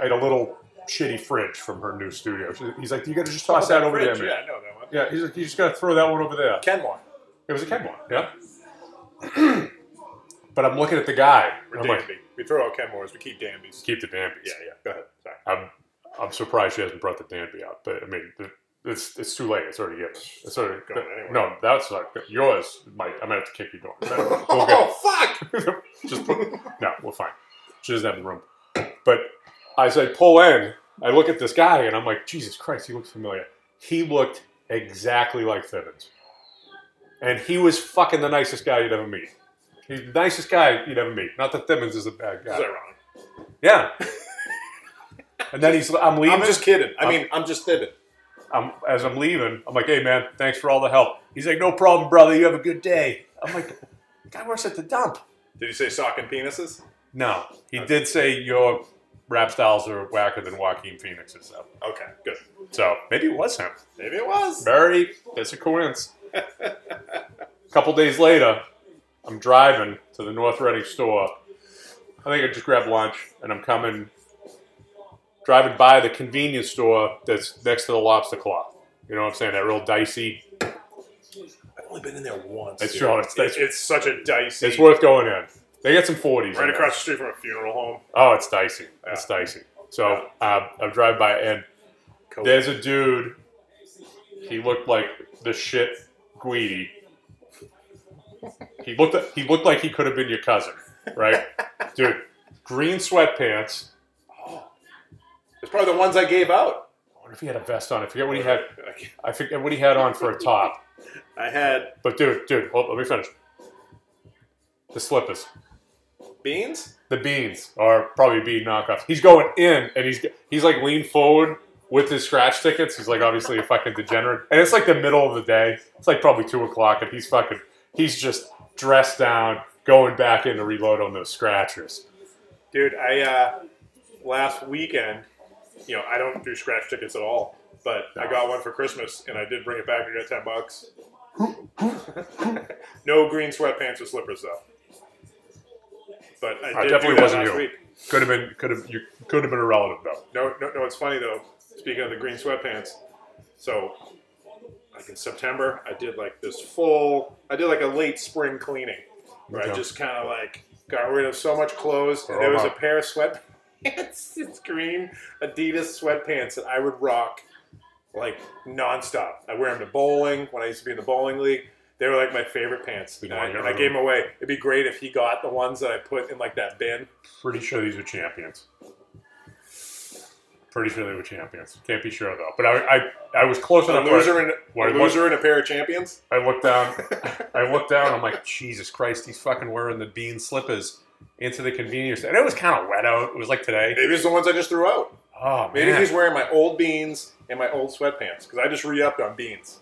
[SPEAKER 2] I had a little shitty fridge from her new studio. She- He's like, you got to just toss Oh, that over there,
[SPEAKER 3] Fridge,
[SPEAKER 2] man.
[SPEAKER 3] Yeah, I know that one.
[SPEAKER 2] Yeah, he's like, you just got to throw that one over there.
[SPEAKER 3] Kenmore.
[SPEAKER 2] It was a Kenmore, yeah. <clears throat> but I'm looking at the guy.
[SPEAKER 3] Or
[SPEAKER 2] And I'm like,
[SPEAKER 3] Danby. We throw out Kenmores. We keep Danbys.
[SPEAKER 2] keep the Danbys.
[SPEAKER 3] Yeah, yeah. Go ahead. Sorry.
[SPEAKER 2] I'm I'm surprised she hasn't brought the Danby out, but I mean, th- it's it's too late. It's already given. It's already
[SPEAKER 3] Going anyway.
[SPEAKER 2] no. That's not yours. Might I'm gonna have to kick your door.
[SPEAKER 3] <laughs>
[SPEAKER 2] We'll go. <laughs>
[SPEAKER 3] Oh fuck!
[SPEAKER 2] Just put, no, we're fine. She doesn't have the room. But as I pull in, I look at this guy and I'm like, Jesus Christ, he looks familiar. He looked exactly like Thibbins. And he was fucking the nicest guy you'd ever meet. He's the nicest guy you'd ever meet. Not that Thibbins is a bad guy.
[SPEAKER 3] Is that wrong?
[SPEAKER 2] Yeah. and then he's, I'm leaving.
[SPEAKER 3] I'm just kidding. I mean, I'm just kidding.
[SPEAKER 2] I'm, as I'm leaving, I'm like, hey, man, thanks for all the help. He's like, no problem, brother. You have a good day. I'm like, the guy works at the dump.
[SPEAKER 3] Did you say sock and penises?
[SPEAKER 2] No, he did say your rap styles are whacker than Joaquin Phoenix's, though.
[SPEAKER 3] Okay, good.
[SPEAKER 2] So maybe it was him.
[SPEAKER 3] Maybe it was.
[SPEAKER 2] Very, that's a coincidence. a couple days later, I'm driving to the North Reading store. I think I just grabbed lunch, and I'm coming, driving by the convenience store that's next to the Lobster Claw. You know what I'm saying? That real dicey.
[SPEAKER 3] I've only been in there once.
[SPEAKER 2] It's
[SPEAKER 3] dude.
[SPEAKER 2] true. It's-
[SPEAKER 3] It- it's such a dicey.
[SPEAKER 2] It's worth going in. They got some 40s.
[SPEAKER 3] right
[SPEAKER 2] in there.
[SPEAKER 3] across the street from a funeral home.
[SPEAKER 2] Oh, it's dicey. It's dicey. So uh, I'm driving by, and
[SPEAKER 3] Cool.
[SPEAKER 2] There's a dude. He looked like the shit Guidi. He looked. He looked like he could have been your cousin, right? Dude, green sweatpants.
[SPEAKER 3] It's probably the ones I gave out.
[SPEAKER 2] I wonder if he had a vest on. I forget what he had. I forget what he had on for a top.
[SPEAKER 3] I had
[SPEAKER 2] But dude, dude, hold, let me finish. The slippers,
[SPEAKER 3] beans.
[SPEAKER 2] the beans are probably bean knockoffs. He's going in, and he's he's like leaned forward with his scratch tickets. He's like obviously a fucking degenerate, and it's like the middle of the day. It's like probably two o'clock, and he's fucking he's just dressed down, going back in to reload on those scratchers.
[SPEAKER 3] Dude, I uh, last weekend, you know, I don't do scratch tickets at all, but I got one for Christmas and I did bring it back. I got 10
[SPEAKER 2] <laughs>
[SPEAKER 3] bucks. no green sweatpants or slippers, though. But I,
[SPEAKER 2] I
[SPEAKER 3] did
[SPEAKER 2] Uh, definitely
[SPEAKER 3] do that
[SPEAKER 2] wasn't
[SPEAKER 3] last
[SPEAKER 2] you.
[SPEAKER 3] week.
[SPEAKER 2] Could have been could have you could have been a relative though.
[SPEAKER 3] No, no, no, it's funny though. Speaking of the green sweatpants, so like in September, I did like this full, I did like a late spring cleaning where I
[SPEAKER 2] Okay.
[SPEAKER 3] just kind of like got rid of so much clothes. And there was a pair of sweatpants, <laughs> it's green Adidas sweatpants that I would rock like nonstop. I wear them to bowling when I used to be in the bowling league. They were like my favorite pants.
[SPEAKER 2] Did
[SPEAKER 3] And
[SPEAKER 2] you
[SPEAKER 3] I,
[SPEAKER 2] want your
[SPEAKER 3] and I
[SPEAKER 2] own?
[SPEAKER 3] gave them away. It'd be great if he got the ones that I put in like that bin.
[SPEAKER 2] Pretty sure these were champions. Pretty sure they were champions. Can't be sure though. But I I, I was close
[SPEAKER 3] A
[SPEAKER 2] enough. where-
[SPEAKER 3] loser and
[SPEAKER 2] Why-
[SPEAKER 3] a loser and a pair of champions.
[SPEAKER 2] I looked
[SPEAKER 3] <laughs>
[SPEAKER 2] down. I looked down. I'm like, Jesus Christ, he's fucking wearing the bean slippers into the convenience. store." And it was kind of wet out. It was like today.
[SPEAKER 3] Maybe it's the ones I just threw out.
[SPEAKER 2] Oh
[SPEAKER 3] Maybe
[SPEAKER 2] man!
[SPEAKER 3] he's wearing my old beans and my old sweatpants because I just re-upped on beans.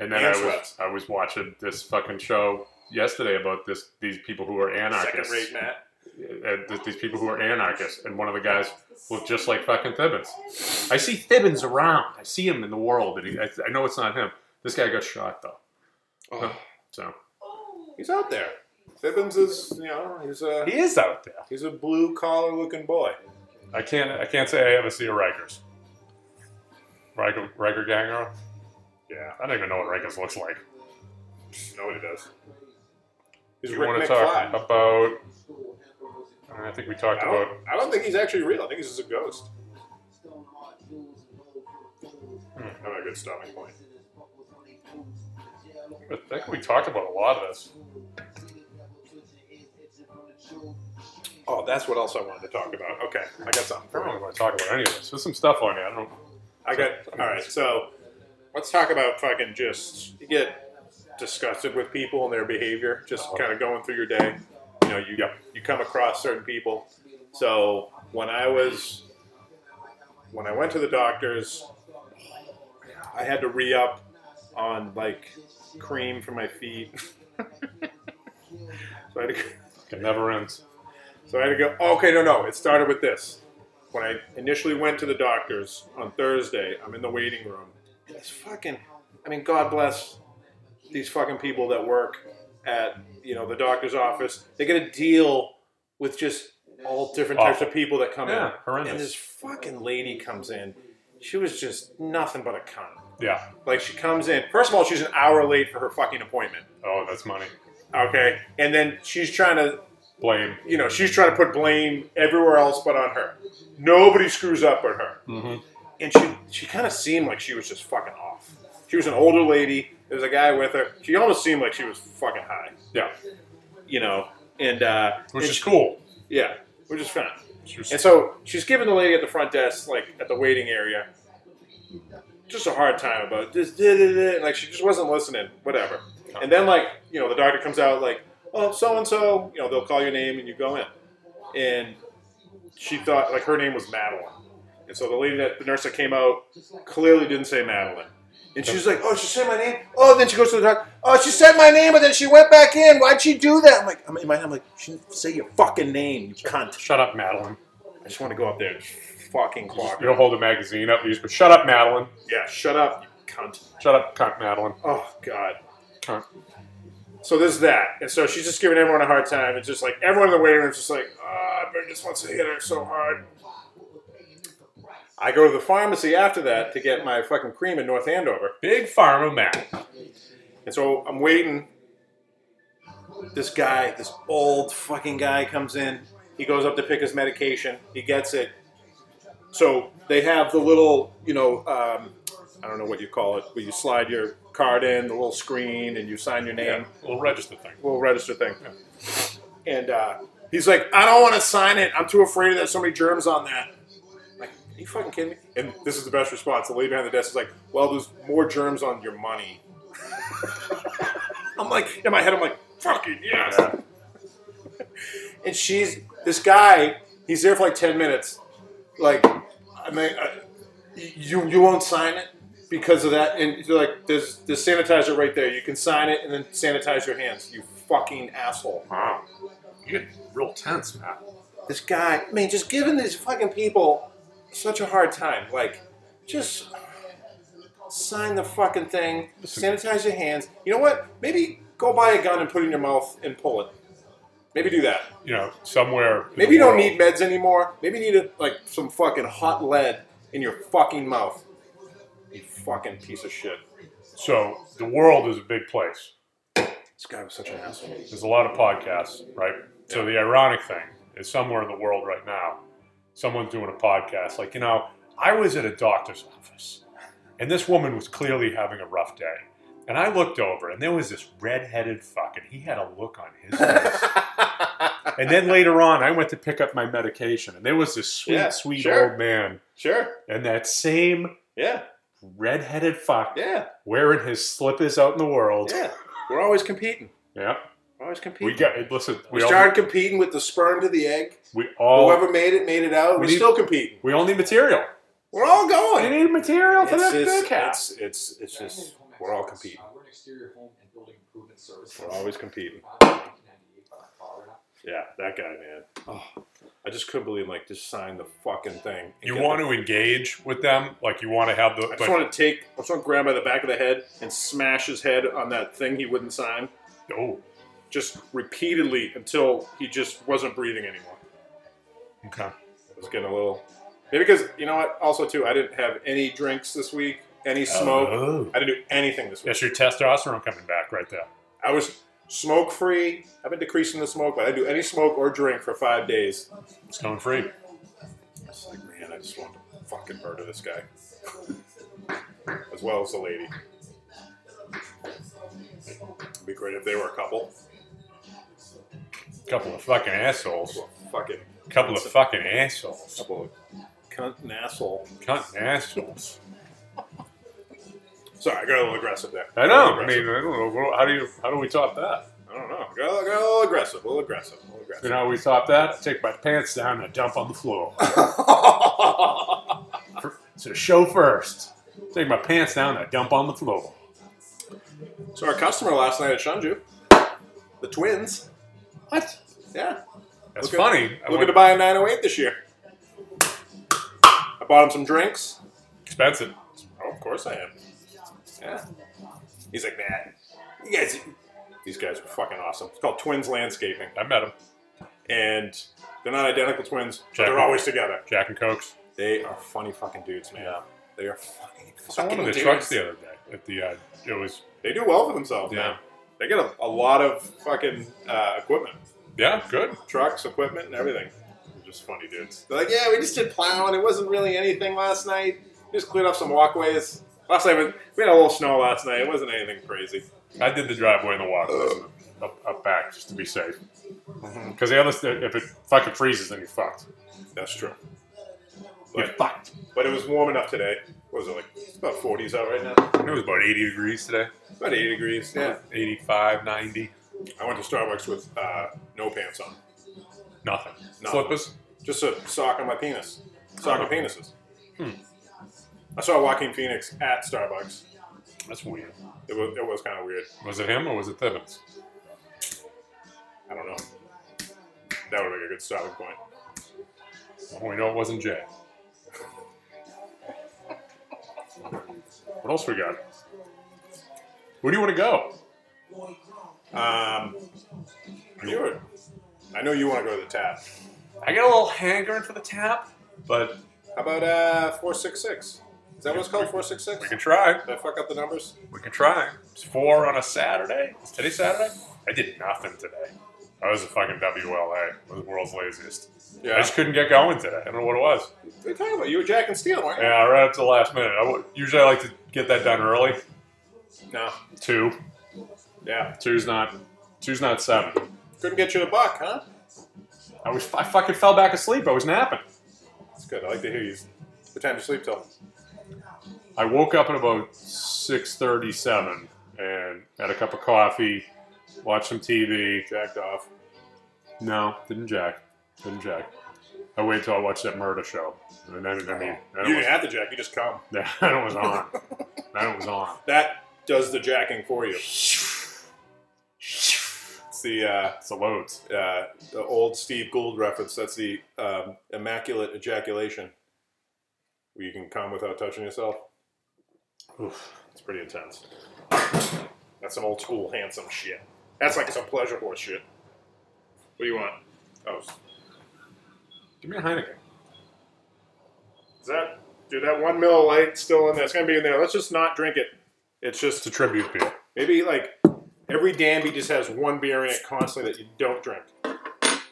[SPEAKER 2] and then
[SPEAKER 3] and
[SPEAKER 2] I was
[SPEAKER 3] sweats.
[SPEAKER 2] I was watching this fucking show yesterday about this these people who are
[SPEAKER 3] Second
[SPEAKER 2] anarchists.
[SPEAKER 3] rate Matt.
[SPEAKER 2] uh, th- these people who are anarchists, and one of the guys looked just like fucking Thibbins. I see Thibbins around. I see him in the world, and he, I, I know it's not him. This guy got shot though.
[SPEAKER 3] Oh.
[SPEAKER 2] So
[SPEAKER 3] He's out there. Fibbins is, you know, he's a
[SPEAKER 2] he is out there.
[SPEAKER 3] he's a blue collar looking boy.
[SPEAKER 2] I can't. I can't say I ever see a Rikers. Riker, Riker Ganger.
[SPEAKER 3] Yeah,
[SPEAKER 2] I don't even know what Rikers looks like.
[SPEAKER 3] nobody does. Is
[SPEAKER 2] You
[SPEAKER 3] Rick
[SPEAKER 2] want to
[SPEAKER 3] McFly?
[SPEAKER 2] talk about? I think we talked
[SPEAKER 3] I don't,
[SPEAKER 2] about.
[SPEAKER 3] I don't think he's actually real. I think he's just a ghost. Not a Oh, good stopping point.
[SPEAKER 2] I think we talked about a lot of this.
[SPEAKER 3] Oh, that's what else I wanted to talk about. Okay, I got something
[SPEAKER 2] I don't
[SPEAKER 3] for
[SPEAKER 2] really
[SPEAKER 3] you.
[SPEAKER 2] want to talk about any of this. There's some stuff on here. I don't.
[SPEAKER 3] I got. All right, so let's talk about fucking just you get disgusted with people and their behavior. Just kind of going through your day. You know, you you come across certain people. So when I was when I went to the doctors, I had to re up on like cream for my feet. <laughs> so I had to.
[SPEAKER 2] It never ends.
[SPEAKER 3] So I had to go, oh, okay, no, no. It started with this. When I initially went to the doctor's on Thursday, I'm in the waiting room. It's fucking, I mean, God bless these fucking people that work at, you know, the doctor's office. They got to deal with just all different types of people that come
[SPEAKER 2] Oh. Yeah,
[SPEAKER 3] in.
[SPEAKER 2] horrendous.
[SPEAKER 3] And this fucking lady comes in. She was just nothing but a cunt.
[SPEAKER 2] Yeah.
[SPEAKER 3] Like, she comes in. First of all, she's an hour late for her fucking appointment.
[SPEAKER 2] Oh, that's money.
[SPEAKER 3] Okay. And then she's trying to
[SPEAKER 2] Blame.
[SPEAKER 3] you know, she's trying to put blame everywhere else but on her. Nobody screws up but her.
[SPEAKER 2] Mm-hmm.
[SPEAKER 3] And she she kind of seemed like she was just fucking off. She was an older lady. There was a guy with her. She almost seemed like she was fucking high,
[SPEAKER 2] Yeah.
[SPEAKER 3] you know. And uh,
[SPEAKER 2] Which
[SPEAKER 3] and
[SPEAKER 2] is
[SPEAKER 3] she-
[SPEAKER 2] cool.
[SPEAKER 3] yeah, which is fine.
[SPEAKER 2] She was-
[SPEAKER 3] And so she's giving the lady at the front desk, like at the waiting area, just a hard time about this. da, da, da, and, like she just wasn't listening, whatever. And then like you know the doctor comes out like, oh so and so, you know they'll call your name and you go in. And she thought like her name was Madeline, and so the lady that the nurse that came out clearly didn't say Madeline. And she's like, oh, she said my name. Oh, then she goes to the doctor. Oh, she said my name, but then she went back in. Why'd she do that? I'm like, I'm in my head, I'm like, she didn't say your fucking name, you cunt.
[SPEAKER 2] Shut up, Madeline.
[SPEAKER 3] I just want to go up there and fucking clock. her.
[SPEAKER 2] You'll hold a magazine up. You just go, shut up, Madeline.
[SPEAKER 3] Yeah, shut up, you cunt.
[SPEAKER 2] Shut up, cunt, Madeline.
[SPEAKER 3] Oh god.
[SPEAKER 2] Cunt.
[SPEAKER 3] So there's that, and so she's just giving everyone a hard time. It's just like everyone in the waiting room's just like, ah, oh, just wants to hit her so hard. I go to the pharmacy after that to get my fucking cream in North Andover,
[SPEAKER 2] Big Pharma Matt.
[SPEAKER 3] and so I'm waiting. This guy, this old fucking guy, comes in. He goes up to pick his medication. He gets it. So they have the little, you know, um, I don't know what you call it, where you slide your card in, the little screen, and you sign your name.
[SPEAKER 2] Yeah. Little register thing.
[SPEAKER 3] little register thing. And uh, he's like, I don't want to sign it. I'm too afraid there's so many germs on that. I'm Like, are you fucking kidding me? And this is the best response. The lady behind the desk is like, Well, there's more germs on your money. <laughs> I'm like, in my head, I'm like, fucking yes.
[SPEAKER 2] Yeah.
[SPEAKER 3] And she's this guy. He's there for like ten minutes. Like, I mean, I, you you won't sign it because of that. And you're like, there's the sanitizer right there. You can sign it and then sanitize your hands. You fucking asshole.
[SPEAKER 2] Wow. You get real tense, Matt.
[SPEAKER 3] This guy. I mean, just giving these fucking people such a hard time. Like, just sign the fucking thing. Sanitize your hands. You know what? Maybe go buy a gun and put it in your mouth and pull it. Maybe do that.
[SPEAKER 2] You know, somewhere. in
[SPEAKER 3] Maybe
[SPEAKER 2] the
[SPEAKER 3] you don't
[SPEAKER 2] world-
[SPEAKER 3] need meds anymore. Maybe you need like some fucking hot lead in your fucking mouth. You fucking piece of shit.
[SPEAKER 2] So the world is a big place.
[SPEAKER 3] This guy was such an asshole.
[SPEAKER 2] There's a lot of podcasts, right? So the ironic thing is somewhere in the world right now, someone's doing a podcast like, you know, I was at a doctor's office and this woman was clearly having a rough day. And I looked over and there was this red-headed fucking he had a look on his
[SPEAKER 3] <laughs>
[SPEAKER 2] face. and then later on I went to pick up my medication and there was this sweet,
[SPEAKER 3] Yeah,
[SPEAKER 2] sweet
[SPEAKER 3] sure.
[SPEAKER 2] old man
[SPEAKER 3] <laughs> Sure.
[SPEAKER 2] and that same
[SPEAKER 3] Yeah.
[SPEAKER 2] red-headed fuck
[SPEAKER 3] Yeah.
[SPEAKER 2] wearing his slippers out in the world.
[SPEAKER 3] Yeah. We're always competing.
[SPEAKER 2] Yeah.
[SPEAKER 3] We're always competing.
[SPEAKER 2] We got listen,
[SPEAKER 3] We Oh.
[SPEAKER 2] we all
[SPEAKER 3] started competing with the sperm to the egg.
[SPEAKER 2] we all
[SPEAKER 3] Whoever made it made it out.
[SPEAKER 2] We
[SPEAKER 3] We're
[SPEAKER 2] need-
[SPEAKER 3] still competing.
[SPEAKER 2] We all need material.
[SPEAKER 3] We're all
[SPEAKER 2] We
[SPEAKER 3] going.
[SPEAKER 2] need material for
[SPEAKER 3] It's,
[SPEAKER 2] that
[SPEAKER 3] it's,
[SPEAKER 2] podcast.
[SPEAKER 3] it's, it's, it's just, we're all competing.
[SPEAKER 4] We're an exterior home and building improvement service.
[SPEAKER 3] We're always competing. Yeah, that guy, man. Oh, I just couldn't believe, like, just sign the fucking thing. and
[SPEAKER 2] You
[SPEAKER 3] get
[SPEAKER 2] want
[SPEAKER 3] the-
[SPEAKER 2] to engage with them, like you want to have the.
[SPEAKER 3] I
[SPEAKER 2] But,
[SPEAKER 3] just want to take, I just want to grab by the back of the head and smash his head on that thing he wouldn't sign,
[SPEAKER 2] oh,
[SPEAKER 3] just repeatedly until he just wasn't breathing anymore.
[SPEAKER 2] okay.
[SPEAKER 3] I was getting a little. Maybe because, you know what? Also, too, I didn't have any drinks this week, any smoke.
[SPEAKER 2] Oh.
[SPEAKER 3] I didn't do anything this week.
[SPEAKER 2] That's your testosterone coming back right there.
[SPEAKER 3] I was smoke free. I've been decreasing the smoke, but I didn't do any smoke or drink for five days.
[SPEAKER 2] Stone free.
[SPEAKER 3] I was like, man, I just want to fucking murder this guy. <laughs> as well as the lady. It'd be great if they were a couple.
[SPEAKER 2] Couple of fucking assholes.
[SPEAKER 3] Well, fucking
[SPEAKER 2] Couple of fucking assholes.
[SPEAKER 3] couple of cunt and asshole.
[SPEAKER 2] Cunt assholes.
[SPEAKER 3] Sorry, I got a little aggressive there.
[SPEAKER 2] I know.
[SPEAKER 3] Got a
[SPEAKER 2] I
[SPEAKER 3] little
[SPEAKER 2] mean,
[SPEAKER 3] aggressive.
[SPEAKER 2] I don't know. How do you? How do we top that?
[SPEAKER 3] I don't know. Got a, got a little aggressive. A little aggressive. A little
[SPEAKER 2] You
[SPEAKER 3] aggressive.
[SPEAKER 2] know, how we top that. I take my pants down and I dump on the floor. <laughs> So show first. Take my pants down and I dump on the floor.
[SPEAKER 3] so our customer last night at Shunju, the twins.
[SPEAKER 2] What?
[SPEAKER 3] Yeah.
[SPEAKER 2] That's
[SPEAKER 3] Look at-
[SPEAKER 2] funny. I
[SPEAKER 3] looking
[SPEAKER 2] went-
[SPEAKER 3] to buy a 908 this year. I bought him some drinks.
[SPEAKER 2] expensive.
[SPEAKER 3] Oh, of course I am. Yeah. He's like, man, you guys, these guys are fucking awesome. It's called Twins Landscaping,
[SPEAKER 2] I met him.
[SPEAKER 3] and they're not identical twins, but
[SPEAKER 2] Jack-
[SPEAKER 3] they're always together.
[SPEAKER 2] Jack and Cokes.
[SPEAKER 3] They are funny fucking dudes, man.
[SPEAKER 2] Yeah.
[SPEAKER 3] They are funny.
[SPEAKER 2] Saw one
[SPEAKER 3] fucking
[SPEAKER 2] of the
[SPEAKER 3] dudes.
[SPEAKER 2] trucks the other day at the. Uh, it was.
[SPEAKER 3] They do well for themselves,
[SPEAKER 2] Yeah.
[SPEAKER 3] man. They get a, a lot of fucking uh, equipment,
[SPEAKER 2] Yeah. Good.
[SPEAKER 3] trucks, equipment, and everything. They're just funny dudes. They're like, yeah, we just did plowing. It wasn't really anything last night. We just cleared up some walkways. Last night we- we had a little snow last night. It wasn't anything crazy.
[SPEAKER 2] I did the driveway and the walk uh, up, up back just to be safe.
[SPEAKER 3] Mm-hmm.
[SPEAKER 2] Because the other, st- if it fucking freezes, then you're fucked.
[SPEAKER 3] That's true.
[SPEAKER 2] You're
[SPEAKER 3] But,
[SPEAKER 2] fucked.
[SPEAKER 3] but it was warm enough today. What was it like? It's about 40s out right now.
[SPEAKER 2] It was about 80 degrees today.
[SPEAKER 3] About 80 degrees. Yeah.
[SPEAKER 2] 85, 90.
[SPEAKER 3] I went to Starbucks with uh, no pants on.
[SPEAKER 2] Nothing.
[SPEAKER 3] Nothing.
[SPEAKER 2] Slippers.
[SPEAKER 3] Just a sock on my penis. Sock
[SPEAKER 2] Oh.
[SPEAKER 3] of penises.
[SPEAKER 2] Hmm.
[SPEAKER 3] I saw Joaquin Phoenix at Starbucks.
[SPEAKER 2] That's weird.
[SPEAKER 3] It was, it was kind of weird.
[SPEAKER 2] Was it him or was it Thibbins?
[SPEAKER 3] I don't know. That would be a good stopping point.
[SPEAKER 2] Well, we know it wasn't
[SPEAKER 3] <laughs>
[SPEAKER 2] Jay. What else we got? Where do you want to go?
[SPEAKER 3] Um, you were- I know you want to go to the tap.
[SPEAKER 2] I got a little hankering for the tap, but
[SPEAKER 3] How about uh, 466? Is that what it's called? 466?
[SPEAKER 2] we can try.
[SPEAKER 3] Did I fuck up the numbers?
[SPEAKER 2] We can try. It's four on a Saturday. Is today Saturday? I did nothing today. I was a fucking WLA. I was the world's laziest. I just couldn't get going today. I don't know what it was.
[SPEAKER 3] What are you talking about? You were Jack and Steel, weren't you?
[SPEAKER 2] Yeah, right up to the last minute. I would, usually I like to get that done early.
[SPEAKER 3] No.
[SPEAKER 2] Two.
[SPEAKER 3] Yeah.
[SPEAKER 2] Two's not. Two's not seven.
[SPEAKER 3] Couldn't get you a buck, huh?
[SPEAKER 2] I was. I fucking fell back asleep. I was napping.
[SPEAKER 3] That's good. I like to hear you. What time do you sleep till?
[SPEAKER 2] I woke up at about six thirty-seven and had a cup of coffee, watched some TV.
[SPEAKER 3] Jacked off.
[SPEAKER 2] No, didn't jack. Didn't jack. I waited till I watched that murder show, and then I mean,
[SPEAKER 3] You
[SPEAKER 2] then it
[SPEAKER 3] didn't
[SPEAKER 2] was,
[SPEAKER 3] have to jack. You just come.
[SPEAKER 2] that it was <laughs> on. That it was on.
[SPEAKER 3] That does the jacking for you. It's the uh,
[SPEAKER 2] It's the loads.
[SPEAKER 3] uh, the old Steve Gould reference. That's the um, immaculate ejaculation, where you can come without touching yourself.
[SPEAKER 2] Oof.
[SPEAKER 3] It's pretty intense. That's some old school handsome shit. That's like some pleasure horse shit. What do you want? Oh,
[SPEAKER 2] Give me a Heineken.
[SPEAKER 3] is that dude? That one mill light still in there? It's gonna be in there. Let's just not drink it. It's
[SPEAKER 2] It's
[SPEAKER 3] just
[SPEAKER 2] a tribute beer.
[SPEAKER 3] maybe like every Danby just has one beer in it constantly that you don't drink.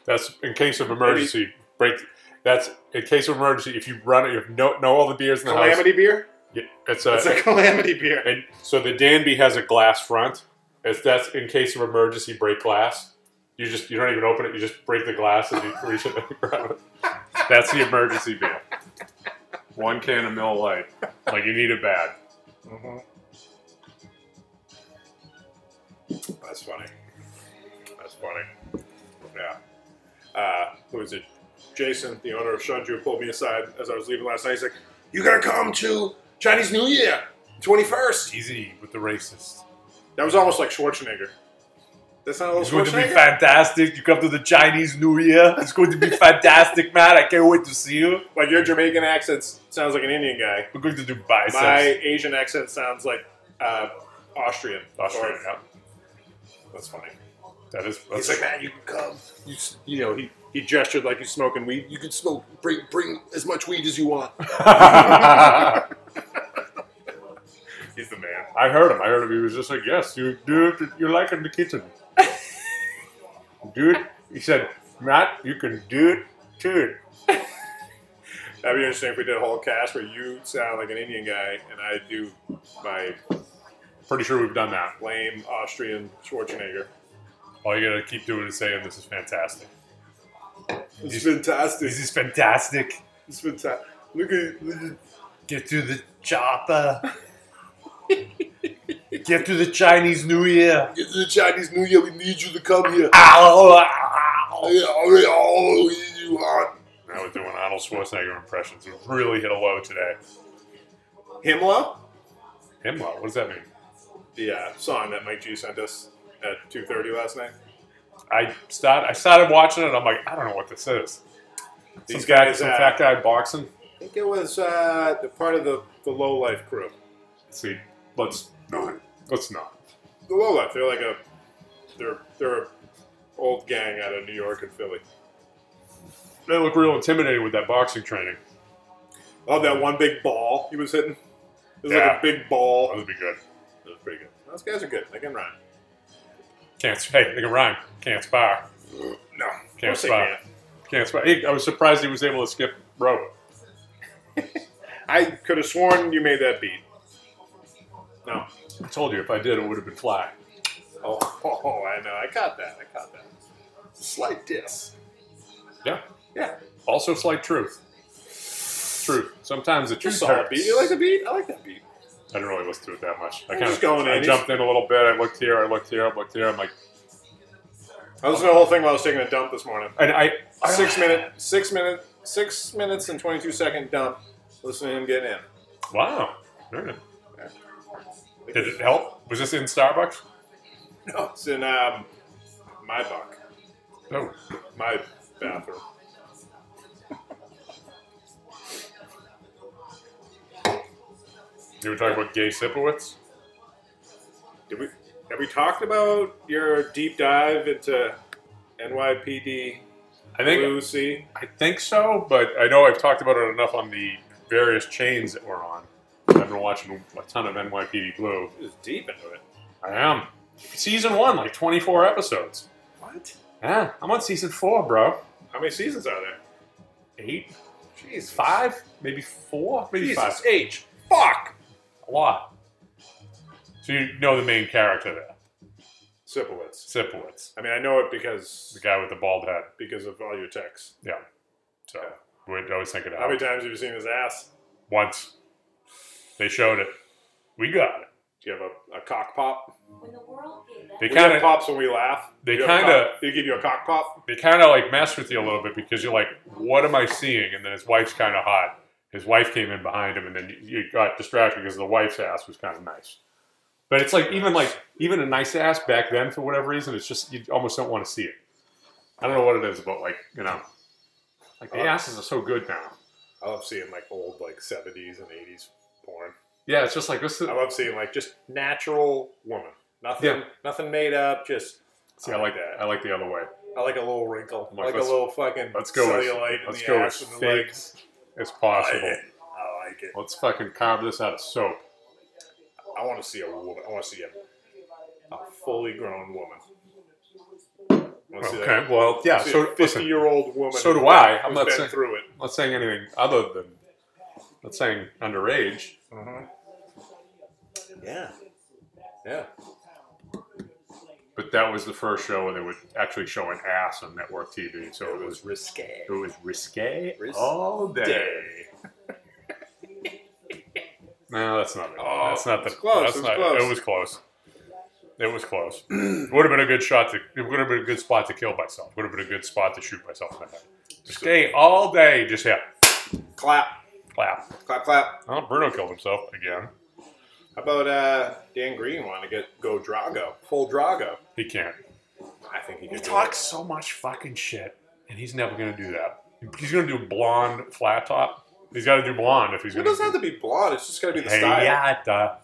[SPEAKER 2] That's in case of emergency. Break. That's in case of emergency. If you run it, you know, know all the beers in the
[SPEAKER 3] Calamity beer?
[SPEAKER 2] house. Yeah, It's a,
[SPEAKER 3] It's a calamity beer.
[SPEAKER 2] and so the Danby has a glass front. It's that's in case of emergency, break glass. You just you don't even open it. You just break the glass and you <laughs> reach in and grab it. That's the emergency beer. One can of Miller Lite. Like you need it bad. Mm-hmm.
[SPEAKER 3] That's funny. That's funny. Yeah. Uh, who is it? Jason, the owner of Shunju, pulled me aside as I was leaving last night. He's like, "You gotta come to Chinese New Year, 21st."
[SPEAKER 2] Easy with the racist.
[SPEAKER 3] That was almost like Schwarzenegger. That's not a
[SPEAKER 1] It's
[SPEAKER 3] little
[SPEAKER 1] going to be
[SPEAKER 3] Schwarzenegger.
[SPEAKER 1] fantastic. You come to the Chinese New Year. It's going to be fantastic, man. I can't wait to see you.
[SPEAKER 3] Like your Jamaican accent s- sounds like an Indian guy.
[SPEAKER 1] We're going to do biceps.
[SPEAKER 3] My Asian accent sounds like uh, Austrian.
[SPEAKER 2] Australia.
[SPEAKER 3] That's funny.
[SPEAKER 2] That is.
[SPEAKER 3] He's
[SPEAKER 2] That's,
[SPEAKER 3] like, man, you can come. You, s- you know, he He gestured like he's smoking weed. You can smoke. Bring bring as much weed as you want.
[SPEAKER 2] I
[SPEAKER 3] He's the man.
[SPEAKER 2] heard him. I heard him. He was just like, "Yes, you do it. You like in the kitchen, do it." He said, "Matt, you can do it too."
[SPEAKER 3] That'd be interesting if we did a whole cast where you sound like an Indian guy and I do my
[SPEAKER 2] Pretty sure we've done that.
[SPEAKER 3] lame Austrian Schwarzenegger.
[SPEAKER 2] All you gotta keep doing is saying, "This is fantastic.
[SPEAKER 3] It's fantastic.
[SPEAKER 2] This is fantastic."
[SPEAKER 3] It's fantastic. Look at look at-
[SPEAKER 2] Get to the chopper. Get to the Chinese New Year.
[SPEAKER 3] It's the Chinese New Year. We need you to come here.
[SPEAKER 2] Ow!
[SPEAKER 3] Yeah, all right, all you want.
[SPEAKER 2] I was doing Arnold Schwarzenegger impressions. It really hit a low today.
[SPEAKER 3] Himla?
[SPEAKER 2] Him low. What does that mean?
[SPEAKER 3] The uh, song that Mike G sent us at 2.30 last night.
[SPEAKER 2] I start. I started watching it. I'm like, I don't know what this is.
[SPEAKER 3] These
[SPEAKER 2] These guys,
[SPEAKER 3] guys,
[SPEAKER 2] some
[SPEAKER 3] uh,
[SPEAKER 2] fat guy boxing.
[SPEAKER 3] I think it was uh, the part of the, the Low Life crew.
[SPEAKER 2] Let's see, let's
[SPEAKER 3] No.
[SPEAKER 2] let's not.
[SPEAKER 3] The Low Life. They're like a they're they're a old gang out of New York and Philly.
[SPEAKER 2] They look real intimidating with that boxing training.
[SPEAKER 3] Oh, that one big ball he was hitting. It was like
[SPEAKER 2] Yeah.
[SPEAKER 3] a big ball.
[SPEAKER 2] That would be good.
[SPEAKER 3] That was pretty good. Those guys are good. They can run.
[SPEAKER 2] Can't hey, they can rhyme. Can't spar.
[SPEAKER 3] No, of
[SPEAKER 2] Can't
[SPEAKER 3] course they
[SPEAKER 2] spar.
[SPEAKER 3] can't.
[SPEAKER 2] Can't spar. Hey, I was surprised he was able to skip rope.
[SPEAKER 3] I could have sworn you made that beat. No.
[SPEAKER 2] I told you if I did, it would have been fly.
[SPEAKER 3] Oh, <laughs> oh, I know. I caught that. I caught that. Slight diss.
[SPEAKER 2] Yeah.
[SPEAKER 3] Yeah.
[SPEAKER 2] Also, slight truth. Truth. Sometimes the
[SPEAKER 3] Just
[SPEAKER 2] truth
[SPEAKER 3] solid
[SPEAKER 2] hurts.
[SPEAKER 3] beat. You like the beat? I like that beat.
[SPEAKER 2] I didn't really listen to it that much. I
[SPEAKER 3] I'm
[SPEAKER 2] kind
[SPEAKER 3] just
[SPEAKER 2] of
[SPEAKER 3] going
[SPEAKER 2] I
[SPEAKER 3] in.
[SPEAKER 2] jumped in a little bit. I looked here. I looked here. I looked here. I'm like,
[SPEAKER 3] I listened to the whole thing while I was taking a dump this morning.
[SPEAKER 2] and I, I
[SPEAKER 3] Six minute, six minute, six minutes and twenty two second dump. Listen to him get in. <laughs>
[SPEAKER 2] Wow. All right. Did it help? Was this in Starbucks?
[SPEAKER 3] No, it's in um, my buck,
[SPEAKER 2] No.
[SPEAKER 3] my bathroom.
[SPEAKER 2] You were talking about Gay Sipowitz?
[SPEAKER 3] Did we have we talked about your deep dive into NYPD
[SPEAKER 2] I think
[SPEAKER 3] Lucy?
[SPEAKER 2] I think so, but I know I've talked about it enough on the various chains that we're on. I've been watching a ton of NYPD Blue.
[SPEAKER 3] It was deep into it.
[SPEAKER 2] I am. Season one, like 24 episodes.
[SPEAKER 3] What?
[SPEAKER 2] Yeah, I'm on season four, bro.
[SPEAKER 3] How many seasons are there?
[SPEAKER 2] Eight,
[SPEAKER 3] Jeez,
[SPEAKER 2] five, maybe four, maybe
[SPEAKER 3] Jesus
[SPEAKER 2] five.
[SPEAKER 3] H. Fuck.
[SPEAKER 2] A lot. So you know the main character there,
[SPEAKER 3] Sipowitz.
[SPEAKER 2] Sipowitz,
[SPEAKER 3] I mean, I know it
[SPEAKER 2] the
[SPEAKER 3] because
[SPEAKER 2] guy with the bald head.
[SPEAKER 3] because of all your texts.
[SPEAKER 2] Yeah. So we're always thinking
[SPEAKER 3] How
[SPEAKER 2] of
[SPEAKER 3] many
[SPEAKER 2] it.
[SPEAKER 3] times have you seen his ass?
[SPEAKER 2] Once they showed it, we got it.
[SPEAKER 3] Do you have a, a cock pop?
[SPEAKER 5] When the world gave
[SPEAKER 2] They
[SPEAKER 5] up,
[SPEAKER 3] We
[SPEAKER 2] kind
[SPEAKER 3] have
[SPEAKER 2] of
[SPEAKER 3] pops when we laugh.
[SPEAKER 2] they
[SPEAKER 3] You have a
[SPEAKER 2] kinda-
[SPEAKER 3] cock- They give you a cock pop.
[SPEAKER 2] they kind of like mess with you a little bit because you're like, what am I seeing? And then his wife's kind of hot. His wife came in behind him, and then you, you got distracted because the wife's ass was kind of nice. But it's like even like even a nice ass back then for whatever reason, it's just you almost don't want to see it. I don't know what it is, but like you know, like the
[SPEAKER 3] Uh,
[SPEAKER 2] asses are so good now.
[SPEAKER 3] I love seeing like old like seventies and eighties porn.
[SPEAKER 2] Yeah, it's just like this. Is,
[SPEAKER 3] I love seeing like just natural woman. Nothing
[SPEAKER 2] Yeah.
[SPEAKER 3] nothing made up, just
[SPEAKER 2] see, I like that. I like the other way.
[SPEAKER 3] I like a little wrinkle.
[SPEAKER 2] Like,
[SPEAKER 3] like a
[SPEAKER 2] let's-
[SPEAKER 3] little fucking
[SPEAKER 2] let's go with-
[SPEAKER 3] cellulite in
[SPEAKER 2] let's
[SPEAKER 3] the
[SPEAKER 2] go
[SPEAKER 3] ass
[SPEAKER 2] with
[SPEAKER 3] and the
[SPEAKER 2] fake
[SPEAKER 3] legs.
[SPEAKER 2] It's
[SPEAKER 3] I like
[SPEAKER 2] possible.
[SPEAKER 3] it. <laughs> I like it.
[SPEAKER 2] Let's fucking carve this out of soap.
[SPEAKER 3] I want to see a woman. I want to see a, a fully grown woman. I wanna see
[SPEAKER 2] Okay, well, yeah.
[SPEAKER 3] See
[SPEAKER 2] So
[SPEAKER 3] a
[SPEAKER 2] listen,
[SPEAKER 3] fifty-year-old woman.
[SPEAKER 2] so do
[SPEAKER 3] who-
[SPEAKER 2] I. I'm
[SPEAKER 3] who's
[SPEAKER 2] not
[SPEAKER 3] been
[SPEAKER 2] saying-
[SPEAKER 3] through it.
[SPEAKER 2] I'm not saying anything other than I'm not saying underage.
[SPEAKER 3] Yeah. Yeah.
[SPEAKER 2] But that was the first show where they would actually show an ass on network TV, so it was
[SPEAKER 3] risque.
[SPEAKER 2] it was risque
[SPEAKER 3] Ris-
[SPEAKER 2] all day. <laughs>
[SPEAKER 3] Day.
[SPEAKER 2] No, that's not it.
[SPEAKER 3] Oh,
[SPEAKER 2] that's not the.
[SPEAKER 3] it's close,
[SPEAKER 2] That's
[SPEAKER 3] it's
[SPEAKER 2] not,
[SPEAKER 3] close.
[SPEAKER 2] It was close. It was close. <clears throat> would have been a good shot to. It would have been a good spot to kill myself. Would have been a good spot to shoot myself in the head. Risque all day, just yeah,
[SPEAKER 3] Clap,
[SPEAKER 2] clap.
[SPEAKER 3] clap, clap.
[SPEAKER 2] Oh, Bruno killed himself again.
[SPEAKER 3] How about uh, Dan Green want to get go Drago, full Drago?
[SPEAKER 2] He can't.
[SPEAKER 3] I think he
[SPEAKER 2] He
[SPEAKER 3] could do
[SPEAKER 2] talks so much fucking shit, and he's never gonna do that. He's gonna do blonde flat top. He's got to do blonde if he's
[SPEAKER 3] it. It
[SPEAKER 2] gonna.
[SPEAKER 3] doesn't have to be blonde. It's just got to be the
[SPEAKER 2] Hey
[SPEAKER 3] style. Yeah,
[SPEAKER 2] yada,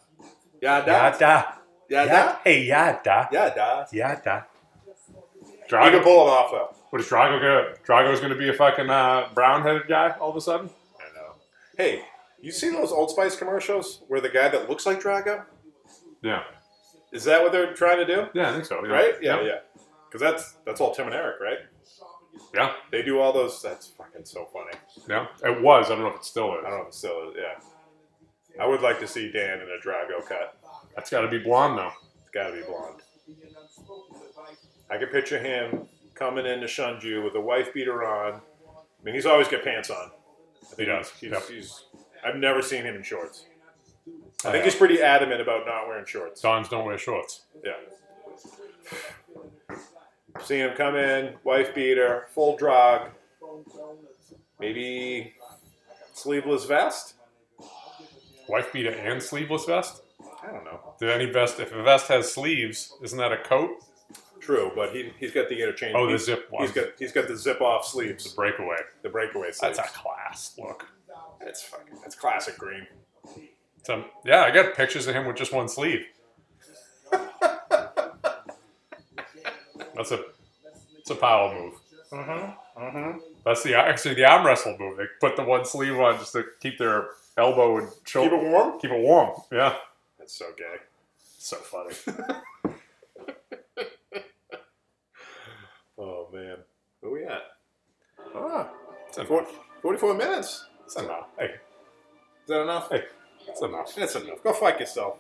[SPEAKER 3] yeah,
[SPEAKER 2] yada,
[SPEAKER 3] yeah,
[SPEAKER 2] yada, hey yada,
[SPEAKER 3] yeah.
[SPEAKER 2] yada.
[SPEAKER 3] He can
[SPEAKER 2] Drago,
[SPEAKER 3] pull it off though.
[SPEAKER 2] What is Drago gonna? Drago's gonna be a fucking uh, brown-headed guy all of a sudden.
[SPEAKER 3] I know. Hey, you seen those Old Spice commercials where the guy that looks like Drago?
[SPEAKER 2] Yeah,
[SPEAKER 3] Is that what they're trying to do?
[SPEAKER 2] yeah, I think so. yeah.
[SPEAKER 3] Right? Yeah,
[SPEAKER 2] yeah,
[SPEAKER 3] yeah. Because that's that's all Tim and Eric, right?
[SPEAKER 2] yeah,
[SPEAKER 3] They do all those. That's fucking so funny.
[SPEAKER 2] yeah. It was. I don't know if it still is.
[SPEAKER 3] I don't know if it's still is. Yeah. I would like to see Dan in a Drago cut.
[SPEAKER 2] That's got to be blonde though.
[SPEAKER 3] It's got to be blonde. I can picture him coming into Shunju with a wife beater on. I mean, he's always got pants on. I think
[SPEAKER 2] He
[SPEAKER 3] he's,
[SPEAKER 2] does.
[SPEAKER 3] he's,
[SPEAKER 2] Yep.
[SPEAKER 3] he's- I've never seen him in shorts. I think he's pretty adamant about not wearing shorts.
[SPEAKER 2] Dons don't wear shorts.
[SPEAKER 3] Yeah. Seeing him come in, wife beater, full drag, maybe sleeveless vest.
[SPEAKER 2] Wife beater and sleeveless vest.
[SPEAKER 3] I don't know.
[SPEAKER 2] Did any vest? If a vest has sleeves, isn't that a coat?
[SPEAKER 3] True, but he he's got the interchange.
[SPEAKER 2] Oh, the
[SPEAKER 3] he's-
[SPEAKER 2] zip
[SPEAKER 3] He's
[SPEAKER 2] ones.
[SPEAKER 3] got he's got the zip off sleeves,
[SPEAKER 2] Breakaway.
[SPEAKER 3] the breakaway sleeves.
[SPEAKER 2] That's a class look.
[SPEAKER 3] That's fucking. That's classic green.
[SPEAKER 2] So, yeah, I got pictures of him with just one sleeve. That's a it's a power move.
[SPEAKER 3] Mm-hmm,
[SPEAKER 2] That's the actually the arm wrestle move. They put the one sleeve on just to keep their elbow and
[SPEAKER 3] Keep
[SPEAKER 2] shoulder
[SPEAKER 3] it warm.
[SPEAKER 2] keep it warm. Yeah,
[SPEAKER 3] That's so gay.
[SPEAKER 2] so
[SPEAKER 3] <laughs>
[SPEAKER 2] funny.
[SPEAKER 3] Oh man, where we at? Ah,
[SPEAKER 2] It's enough.
[SPEAKER 3] four- 44 minutes.
[SPEAKER 2] It's enough. Hey,
[SPEAKER 3] Is that enough?
[SPEAKER 2] Hey. it's enough.
[SPEAKER 3] That's enough. Go fuck yourself.